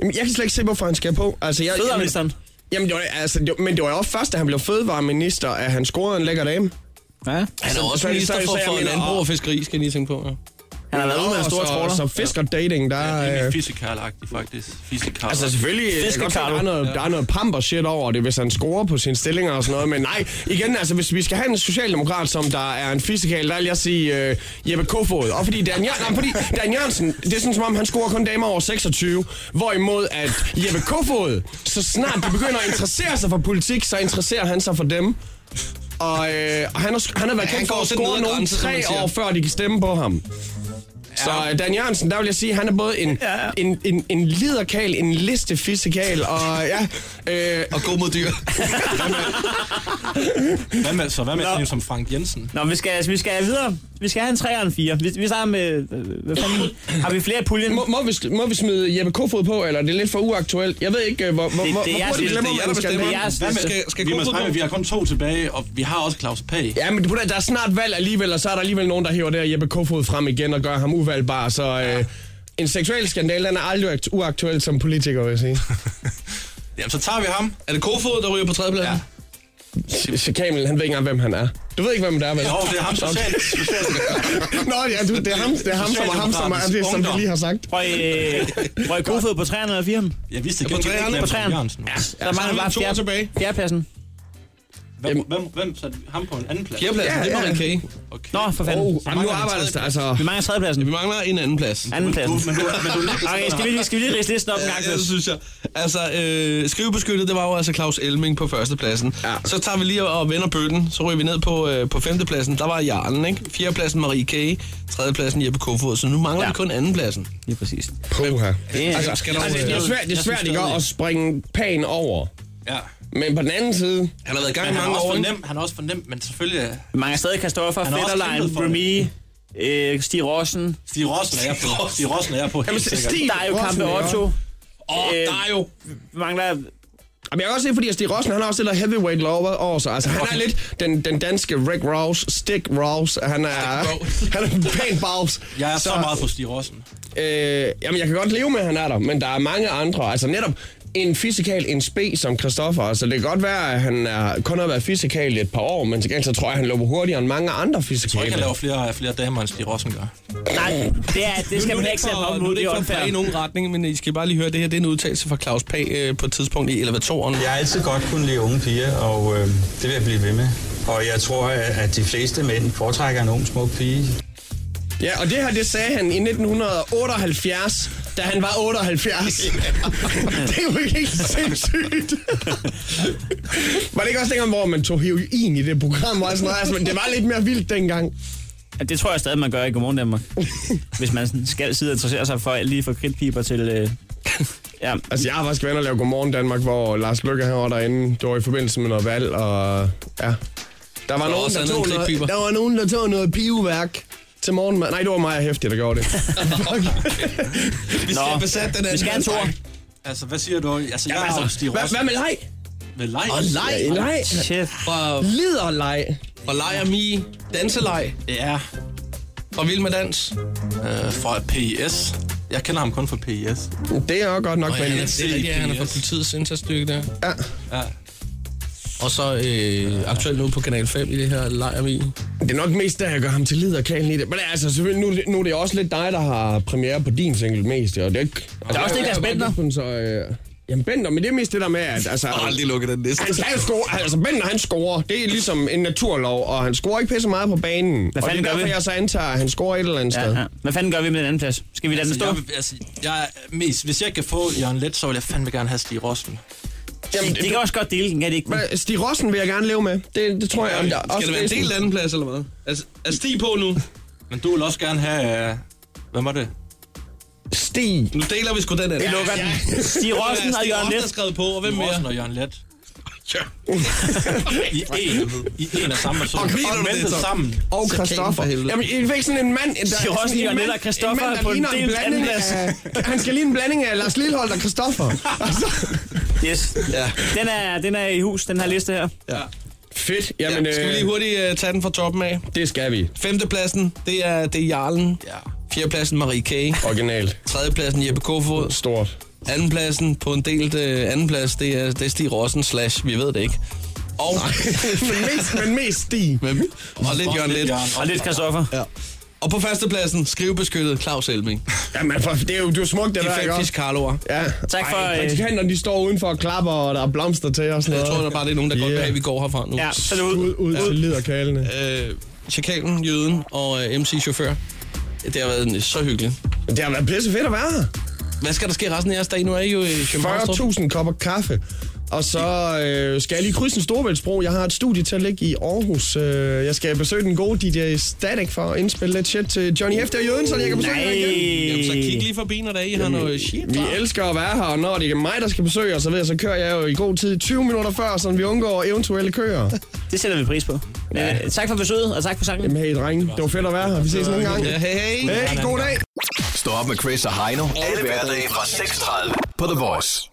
[SPEAKER 8] Jamen, jeg kan slet ikke se, hvorfor han skal på. Altså, jeg,
[SPEAKER 4] Fødevareministeren.
[SPEAKER 8] Jamen, det var, altså, det var, men det var jo også først, da han blev fødevareminister, at han scorede en lækker dame.
[SPEAKER 4] Ja.
[SPEAKER 3] Han er
[SPEAKER 8] Så-
[SPEAKER 3] også
[SPEAKER 8] så-
[SPEAKER 3] minister
[SPEAKER 8] så-
[SPEAKER 3] for,
[SPEAKER 8] så jeg
[SPEAKER 3] for en
[SPEAKER 8] mener,
[SPEAKER 3] anden og fiskeri, skal I lige tænke på. Ja.
[SPEAKER 4] Han har været ude med en
[SPEAKER 8] Åh,
[SPEAKER 4] stor
[SPEAKER 8] så-
[SPEAKER 4] tråler.
[SPEAKER 8] Så fisker dating, der
[SPEAKER 13] det
[SPEAKER 8] er...
[SPEAKER 13] er
[SPEAKER 8] øh,
[SPEAKER 13] fisekarlagtigt, faktisk. Fisekarl.
[SPEAKER 8] Altså selvfølgelig, jeg kan godt se, der er, noget, der er noget pamper shit over det, hvis han scorer på sine stillinger og sådan noget. Men nej, igen, altså hvis vi skal have en socialdemokrat, som der er en fysikal, der vil jeg sige øh, Jeppe Kofod. Og fordi Dan, Jør- nej, fordi Dan Jørgensen, det er sådan som om, han scorer kun damer over 26. Hvorimod at Jeppe Kofod, så snart de begynder at interessere sig for politik, så interesserer han sig for dem. Og øh, og han, har, han har været
[SPEAKER 3] Ja, han
[SPEAKER 8] kendt for
[SPEAKER 3] går
[SPEAKER 8] at
[SPEAKER 3] til den
[SPEAKER 8] score
[SPEAKER 3] nedre
[SPEAKER 8] nogen
[SPEAKER 3] grænse, som man
[SPEAKER 8] tre
[SPEAKER 3] siger.
[SPEAKER 8] år, før de kan stemme på ham. Så øh, Dan Jørgensen, der vil jeg sige, han er både en, ja. en, en, en liderkal, en listefisekal, og ja... Øh,
[SPEAKER 3] Og god mod dyr.
[SPEAKER 13] Hvad med, så hvad med
[SPEAKER 4] Nå.
[SPEAKER 13] sådan en som Frank Jensen?
[SPEAKER 4] Nå, vi skal, altså, vi skal videre. Vi skal have en 3 og en 4. Vi, vi starter med... øh, Hvad fanden? Har vi flere i puljen?
[SPEAKER 8] må, må, vi, sl- må vi smide Jeppe Kofod på, eller er det lidt for uaktuelt? Jeg ved ikke, øh, hvor, hvor,
[SPEAKER 4] det
[SPEAKER 8] hvor,
[SPEAKER 4] er
[SPEAKER 8] hvor
[SPEAKER 4] jeres-
[SPEAKER 8] hurtigt
[SPEAKER 4] det er
[SPEAKER 8] glemmer man, man skal
[SPEAKER 4] Det er jeres-
[SPEAKER 13] Hvad med,
[SPEAKER 8] skal,
[SPEAKER 13] skal, skal vi,
[SPEAKER 8] Kofod
[SPEAKER 13] måske,
[SPEAKER 8] på?
[SPEAKER 13] vi har kun to tilbage, og vi har også Claus Pag.
[SPEAKER 8] Ja, men der, der er snart valg alligevel, og så er der alligevel nogen, der hiver der Jeppe Kofod frem igen og gør ham uvalgbar, så... Øh, en seksuel skandal, den er aldrig akt- uaktuel som politiker, vil jeg sige.
[SPEAKER 13] Jamen, så tager vi ham.
[SPEAKER 3] Er det Kofod, der ryger på tredjepladsen? Ja.
[SPEAKER 8] Ch- Ch- Kamil, han ved ikke engang, hvem han er. Du ved ikke, hvem det er, vel?
[SPEAKER 13] Jo, det er ham socialt. socialt.
[SPEAKER 8] Nå, ja, du, det er ham, det er ham som er ham, som er det, som vi lige har sagt.
[SPEAKER 4] Røg, øh, røg Kofod på 3'eren eller 4'eren?
[SPEAKER 13] Jeg vidste
[SPEAKER 3] Ja, på
[SPEAKER 13] ikke,
[SPEAKER 3] træerne,
[SPEAKER 13] hvem
[SPEAKER 4] På
[SPEAKER 13] Frank
[SPEAKER 4] 3'eren.
[SPEAKER 13] Jørgensen var.
[SPEAKER 4] Så mangler vi bare
[SPEAKER 3] to
[SPEAKER 4] fjerde,
[SPEAKER 3] tilbage.
[SPEAKER 4] fjerdepladsen.
[SPEAKER 13] Hvem, hvem, hvem satte ham på en anden plads?
[SPEAKER 3] Fjerdepladsen,
[SPEAKER 8] Ja,
[SPEAKER 3] det er
[SPEAKER 8] ja.
[SPEAKER 3] Marie K.
[SPEAKER 13] Okay.
[SPEAKER 4] Nå, for fanden.
[SPEAKER 8] Oh,
[SPEAKER 13] Så
[SPEAKER 8] jamen, nu
[SPEAKER 13] mangler han
[SPEAKER 8] arbejdes der,
[SPEAKER 13] tredje
[SPEAKER 8] altså...
[SPEAKER 4] Vi mangler tredjepladsen.
[SPEAKER 3] Vi mangler en anden plads.
[SPEAKER 4] Andenpladsen.
[SPEAKER 13] Men du, men du nægter
[SPEAKER 4] Okay, skal vi, lige- skal vi lige riste listen op en gang
[SPEAKER 3] Ja, det
[SPEAKER 4] først?
[SPEAKER 3] synes jeg. Altså, øh, skrivebeskyttet, det var jo altså Claus Elming på førstepladsen. Ja. Så tager vi lige og vender bøtten, så ryger vi ned på, øh, på femtepladsen. Der var Jarlen, ikke? Fjerdepladsen Marie K. Tredjepladsen Jeppe Kofod. Så nu mangler
[SPEAKER 4] Ja.
[SPEAKER 3] ja. vi kun andenpladsen.
[SPEAKER 4] Lige præcis.
[SPEAKER 8] Puha.
[SPEAKER 3] Altså, skal der,
[SPEAKER 8] Altså, det er svært, det er svært ikke at springe pan over.
[SPEAKER 13] Ja.
[SPEAKER 8] Men på den anden side...
[SPEAKER 3] Han har været i gang
[SPEAKER 13] Men
[SPEAKER 3] i
[SPEAKER 13] han er
[SPEAKER 3] mange
[SPEAKER 13] også
[SPEAKER 3] år, ikke?
[SPEAKER 13] fornem, han er også fornem, men selvfølgelig øh, er
[SPEAKER 4] Vi mangler stadig Kristoffer,
[SPEAKER 13] Han har også
[SPEAKER 4] Fetterlein,
[SPEAKER 13] kæmpet for det.
[SPEAKER 4] Remy, øh, Stig Rossen.
[SPEAKER 13] Stig Rossen er jeg på. Stig Rossen er jeg på, helt
[SPEAKER 8] Jamen,
[SPEAKER 13] sikkert.
[SPEAKER 8] Stig
[SPEAKER 4] Der er jo
[SPEAKER 8] Rossen,
[SPEAKER 4] Kampe
[SPEAKER 8] ja.
[SPEAKER 4] Otto.
[SPEAKER 3] Åh,
[SPEAKER 4] Øh,
[SPEAKER 3] der er jo...
[SPEAKER 4] Vi mangler...
[SPEAKER 8] Jamen, jeg kan også se, fordi at Stig Rossen, han har også lidt heavyweight lover over sig. Altså, han er lidt den, den danske Rick Rouse, Stick Rouse. Han er,
[SPEAKER 3] Rouse.
[SPEAKER 8] han er en pæn bags.
[SPEAKER 13] Jeg er så meget på Stig Rossen.
[SPEAKER 8] Øh, jamen, jeg kan godt leve med, at han er der, men der er mange andre. Altså, netop en fysikal, en spe som Christoffer. Altså, det kan godt være, at han er, kun har været fysikal i et par år, men til gengæld så tror jeg, at han løber hurtigere end mange andre fysikale.
[SPEAKER 13] Jeg kan lave flere, flere damer, end Stig Rossen gør.
[SPEAKER 4] Nej, det, er, det skal man ikke sætte op mod. Det er
[SPEAKER 3] i
[SPEAKER 4] unfair.
[SPEAKER 3] nogen retning, men I skal bare lige høre, det her det er en udtalelse fra Claus Pag øh, på et tidspunkt i elevatoren.
[SPEAKER 16] Jeg har altid godt kunne lide unge piger, og øh, det vil jeg blive ved med. Og jeg tror, at at de fleste mænd foretrækker en ung, smuk pige.
[SPEAKER 8] Ja, og det her, det sagde han i 1978, da han var 78. det er jo helt sindssygt. var det ikke også dengang, hvor man tog heroin i det program? Og sådan noget? Altså, men det var lidt mere vildt dengang.
[SPEAKER 4] Ja, Det tror jeg stadig, man gør i Godmorgen Danmark. Hvis man sådan skal sidde og interessere sig for alt lige fra kridtpiber til... Øh, ja.
[SPEAKER 8] Altså, jeg har faktisk været og lave Godmorgen Danmark, hvor Lars Lykke han var derinde. Det var i forbindelse med noget valg, og ja. Der var,
[SPEAKER 3] Og
[SPEAKER 8] nogen,
[SPEAKER 3] også
[SPEAKER 8] der,
[SPEAKER 3] andet
[SPEAKER 8] tog
[SPEAKER 3] end
[SPEAKER 8] noget,
[SPEAKER 3] klikpiber.
[SPEAKER 8] der var nogen, der tog noget piveværk til morgenmad. Nej, det var mig og Hæftig, der gjorde det.
[SPEAKER 13] Vi
[SPEAKER 8] skal have besat den anden. Nej.
[SPEAKER 13] Altså, hvad siger du? Altså, jeg
[SPEAKER 8] altså,
[SPEAKER 13] er jo Stig
[SPEAKER 8] hvad-
[SPEAKER 13] Rossen.
[SPEAKER 8] hvad med leg?
[SPEAKER 13] Med leg?
[SPEAKER 3] Og leg, leg.
[SPEAKER 4] Chef.
[SPEAKER 3] Og
[SPEAKER 8] liderleg.
[SPEAKER 3] Og leg og mi. Danseleg.
[SPEAKER 13] Ja.
[SPEAKER 3] Og vild med dans.
[SPEAKER 13] Øh, fra PIS. Jeg kender ham kun fra PIS.
[SPEAKER 8] Det er jo godt nok,
[SPEAKER 3] Nå, ja,
[SPEAKER 8] men...
[SPEAKER 3] det er rigtigt, ja, han er fra politiets indsatsstyrke der.
[SPEAKER 8] Ja.
[SPEAKER 3] ja. Og så øh, aktuelt nu på Kanal 5 i det her leg og mi.
[SPEAKER 8] Det er nok mest der, jeg gør ham til leder og i det. Men altså, selvfølgelig, nu, nu er det også lidt dig, der har premiere på din single mest, jo. Det er, ikke,
[SPEAKER 4] Der er også Niklas Bentner.
[SPEAKER 8] Så, øh, jamen, Bender, men det er mest det der med, at... Altså,
[SPEAKER 3] Jeg har aldrig lukket den liste.
[SPEAKER 8] Han skal jo score. Altså, Bender, han scorer. Det er ligesom en naturlov, og han scorer ikke pisse meget på banen.
[SPEAKER 4] Hvad
[SPEAKER 8] og det
[SPEAKER 4] fanden
[SPEAKER 8] er
[SPEAKER 4] gør
[SPEAKER 8] derfor,
[SPEAKER 4] vi?
[SPEAKER 8] jeg så antager, at han scorer et eller andet
[SPEAKER 4] Ja,
[SPEAKER 8] sted.
[SPEAKER 4] ja. Hvad fanden gør vi med den anden plads? Skal vi lade den
[SPEAKER 13] Altså,
[SPEAKER 4] stå?
[SPEAKER 13] jeg, vil- altså, jeg er mest, hvis jeg kan få Jørgen Let, så vil jeg fandme gerne have Stig Rossen.
[SPEAKER 8] Jamen,
[SPEAKER 4] de kan også godt dele den, kan de ikke?
[SPEAKER 8] Men Stig Rossen vil jeg gerne leve med. Det, det tror jeg. om der
[SPEAKER 3] Skal
[SPEAKER 8] også
[SPEAKER 3] det være en
[SPEAKER 8] sådan-
[SPEAKER 3] del anden plads, eller hvad? Altså, er Stig på nu?
[SPEAKER 13] Men du vil også gerne have... øh, Hvem var det?
[SPEAKER 8] Stig.
[SPEAKER 3] Nu deler vi sgu den anden.
[SPEAKER 13] Vi lukker den.
[SPEAKER 4] Stig Rossen og Jørgen
[SPEAKER 3] er
[SPEAKER 4] Let.
[SPEAKER 3] skrevet på, og hvem
[SPEAKER 13] Stig
[SPEAKER 3] mere?
[SPEAKER 13] Rossen og Jørgen Let.
[SPEAKER 3] Ja.
[SPEAKER 13] I en, i en af samme person.
[SPEAKER 8] Og
[SPEAKER 13] Og
[SPEAKER 8] mener du det
[SPEAKER 13] meldet
[SPEAKER 8] så?
[SPEAKER 13] sammen.
[SPEAKER 8] Og Christoffer. Jamen, I fik sådan en mand... Der,
[SPEAKER 4] Sig også
[SPEAKER 8] sådan en
[SPEAKER 4] lige, og
[SPEAKER 8] mand-
[SPEAKER 4] Nette og Christoffer
[SPEAKER 8] en mand, der
[SPEAKER 4] på en
[SPEAKER 8] ligner
[SPEAKER 4] delt
[SPEAKER 8] blanding
[SPEAKER 4] andenplads.
[SPEAKER 8] af- Han skal lige en blanding af Lars Lillehold og Christoffer. Altså.
[SPEAKER 4] Yes.
[SPEAKER 3] Ja.
[SPEAKER 4] Den er, den er i hus, den her liste her.
[SPEAKER 3] Ja.
[SPEAKER 8] Fedt.
[SPEAKER 3] Jamen, ja, skal vi lige hurtigt uh, tage den fra toppen af?
[SPEAKER 8] øh, Det skal vi.
[SPEAKER 3] Femtepladsen, det er, det er Jarlen. Ja. Fjerdepladsen, Marie K.
[SPEAKER 8] Original.
[SPEAKER 3] Tredjepladsen, Jeppe Kofod.
[SPEAKER 8] Stort.
[SPEAKER 3] Andenpladsen på en delt uh, andenplads, det er, det er Stig Rossen slash, vi ved det ikke. Og,
[SPEAKER 8] men, mest, men mest Stig.
[SPEAKER 3] men, og lidt
[SPEAKER 13] Og
[SPEAKER 3] Jørgen
[SPEAKER 13] lidt
[SPEAKER 3] Let.
[SPEAKER 13] Jørgen.
[SPEAKER 4] Og lidt Christoffer.
[SPEAKER 3] Ja. Og på førstepladsen, skrivebeskyttet Claus Elming.
[SPEAKER 8] Jamen, for, det er jo, det er jo smukt, det
[SPEAKER 3] De
[SPEAKER 8] der,
[SPEAKER 3] fik
[SPEAKER 8] ikke
[SPEAKER 3] fisk
[SPEAKER 8] også?
[SPEAKER 3] Carloer.
[SPEAKER 8] Ja.
[SPEAKER 4] Tak for,
[SPEAKER 8] Ej,
[SPEAKER 4] øh,
[SPEAKER 8] praktikanterne, de står udenfor og klapper, og der er blomster til og sådan
[SPEAKER 3] Jeg
[SPEAKER 8] noget.
[SPEAKER 3] tror, der bare det er nogen, der yeah. godt vil have, at vi går herfra nu.
[SPEAKER 4] Ja, så er det ud.
[SPEAKER 8] Ud, ud til liderkalene.
[SPEAKER 3] Øh, Chakalen, Jøden og øh, MC-chauffør. Det har været en- så hyggeligt.
[SPEAKER 8] Det har været pisse fedt at være her.
[SPEAKER 3] Hvad skal der ske resten af jeres dag? Nu er I jo i København.
[SPEAKER 8] 40.000 kopper kaffe. Og så øh, skal jeg lige krydse en Storebæltsbro. Jeg har et studie til at ligge i Aarhus. Øh, jeg skal besøge den gode DJ Static for at indspille lidt shit til Johnny Hefte og Jøden, så jeg kan besøge
[SPEAKER 4] Nej.
[SPEAKER 8] jer igen.
[SPEAKER 3] Jamen, så kig lige forbi, når der er, I har noget shit.
[SPEAKER 8] Vi elsker at være her, og når det ikke er mig, der skal besøge os, så ved jeg, så kører jeg jo i god tid 20 minutter før, så vi undgår eventuelle køer.
[SPEAKER 4] Det sætter vi pris på. Men, øh, tak for besøget, og tak for sangen.
[SPEAKER 8] Jamen hey, drenge, det var fedt at være her. Vi ses nogle gange.
[SPEAKER 3] Ja, hey, hey.
[SPEAKER 8] Hey, god dag.
[SPEAKER 5] Stå op med Chris og Heino. Alle hverdage fra 6.30 på The Voice.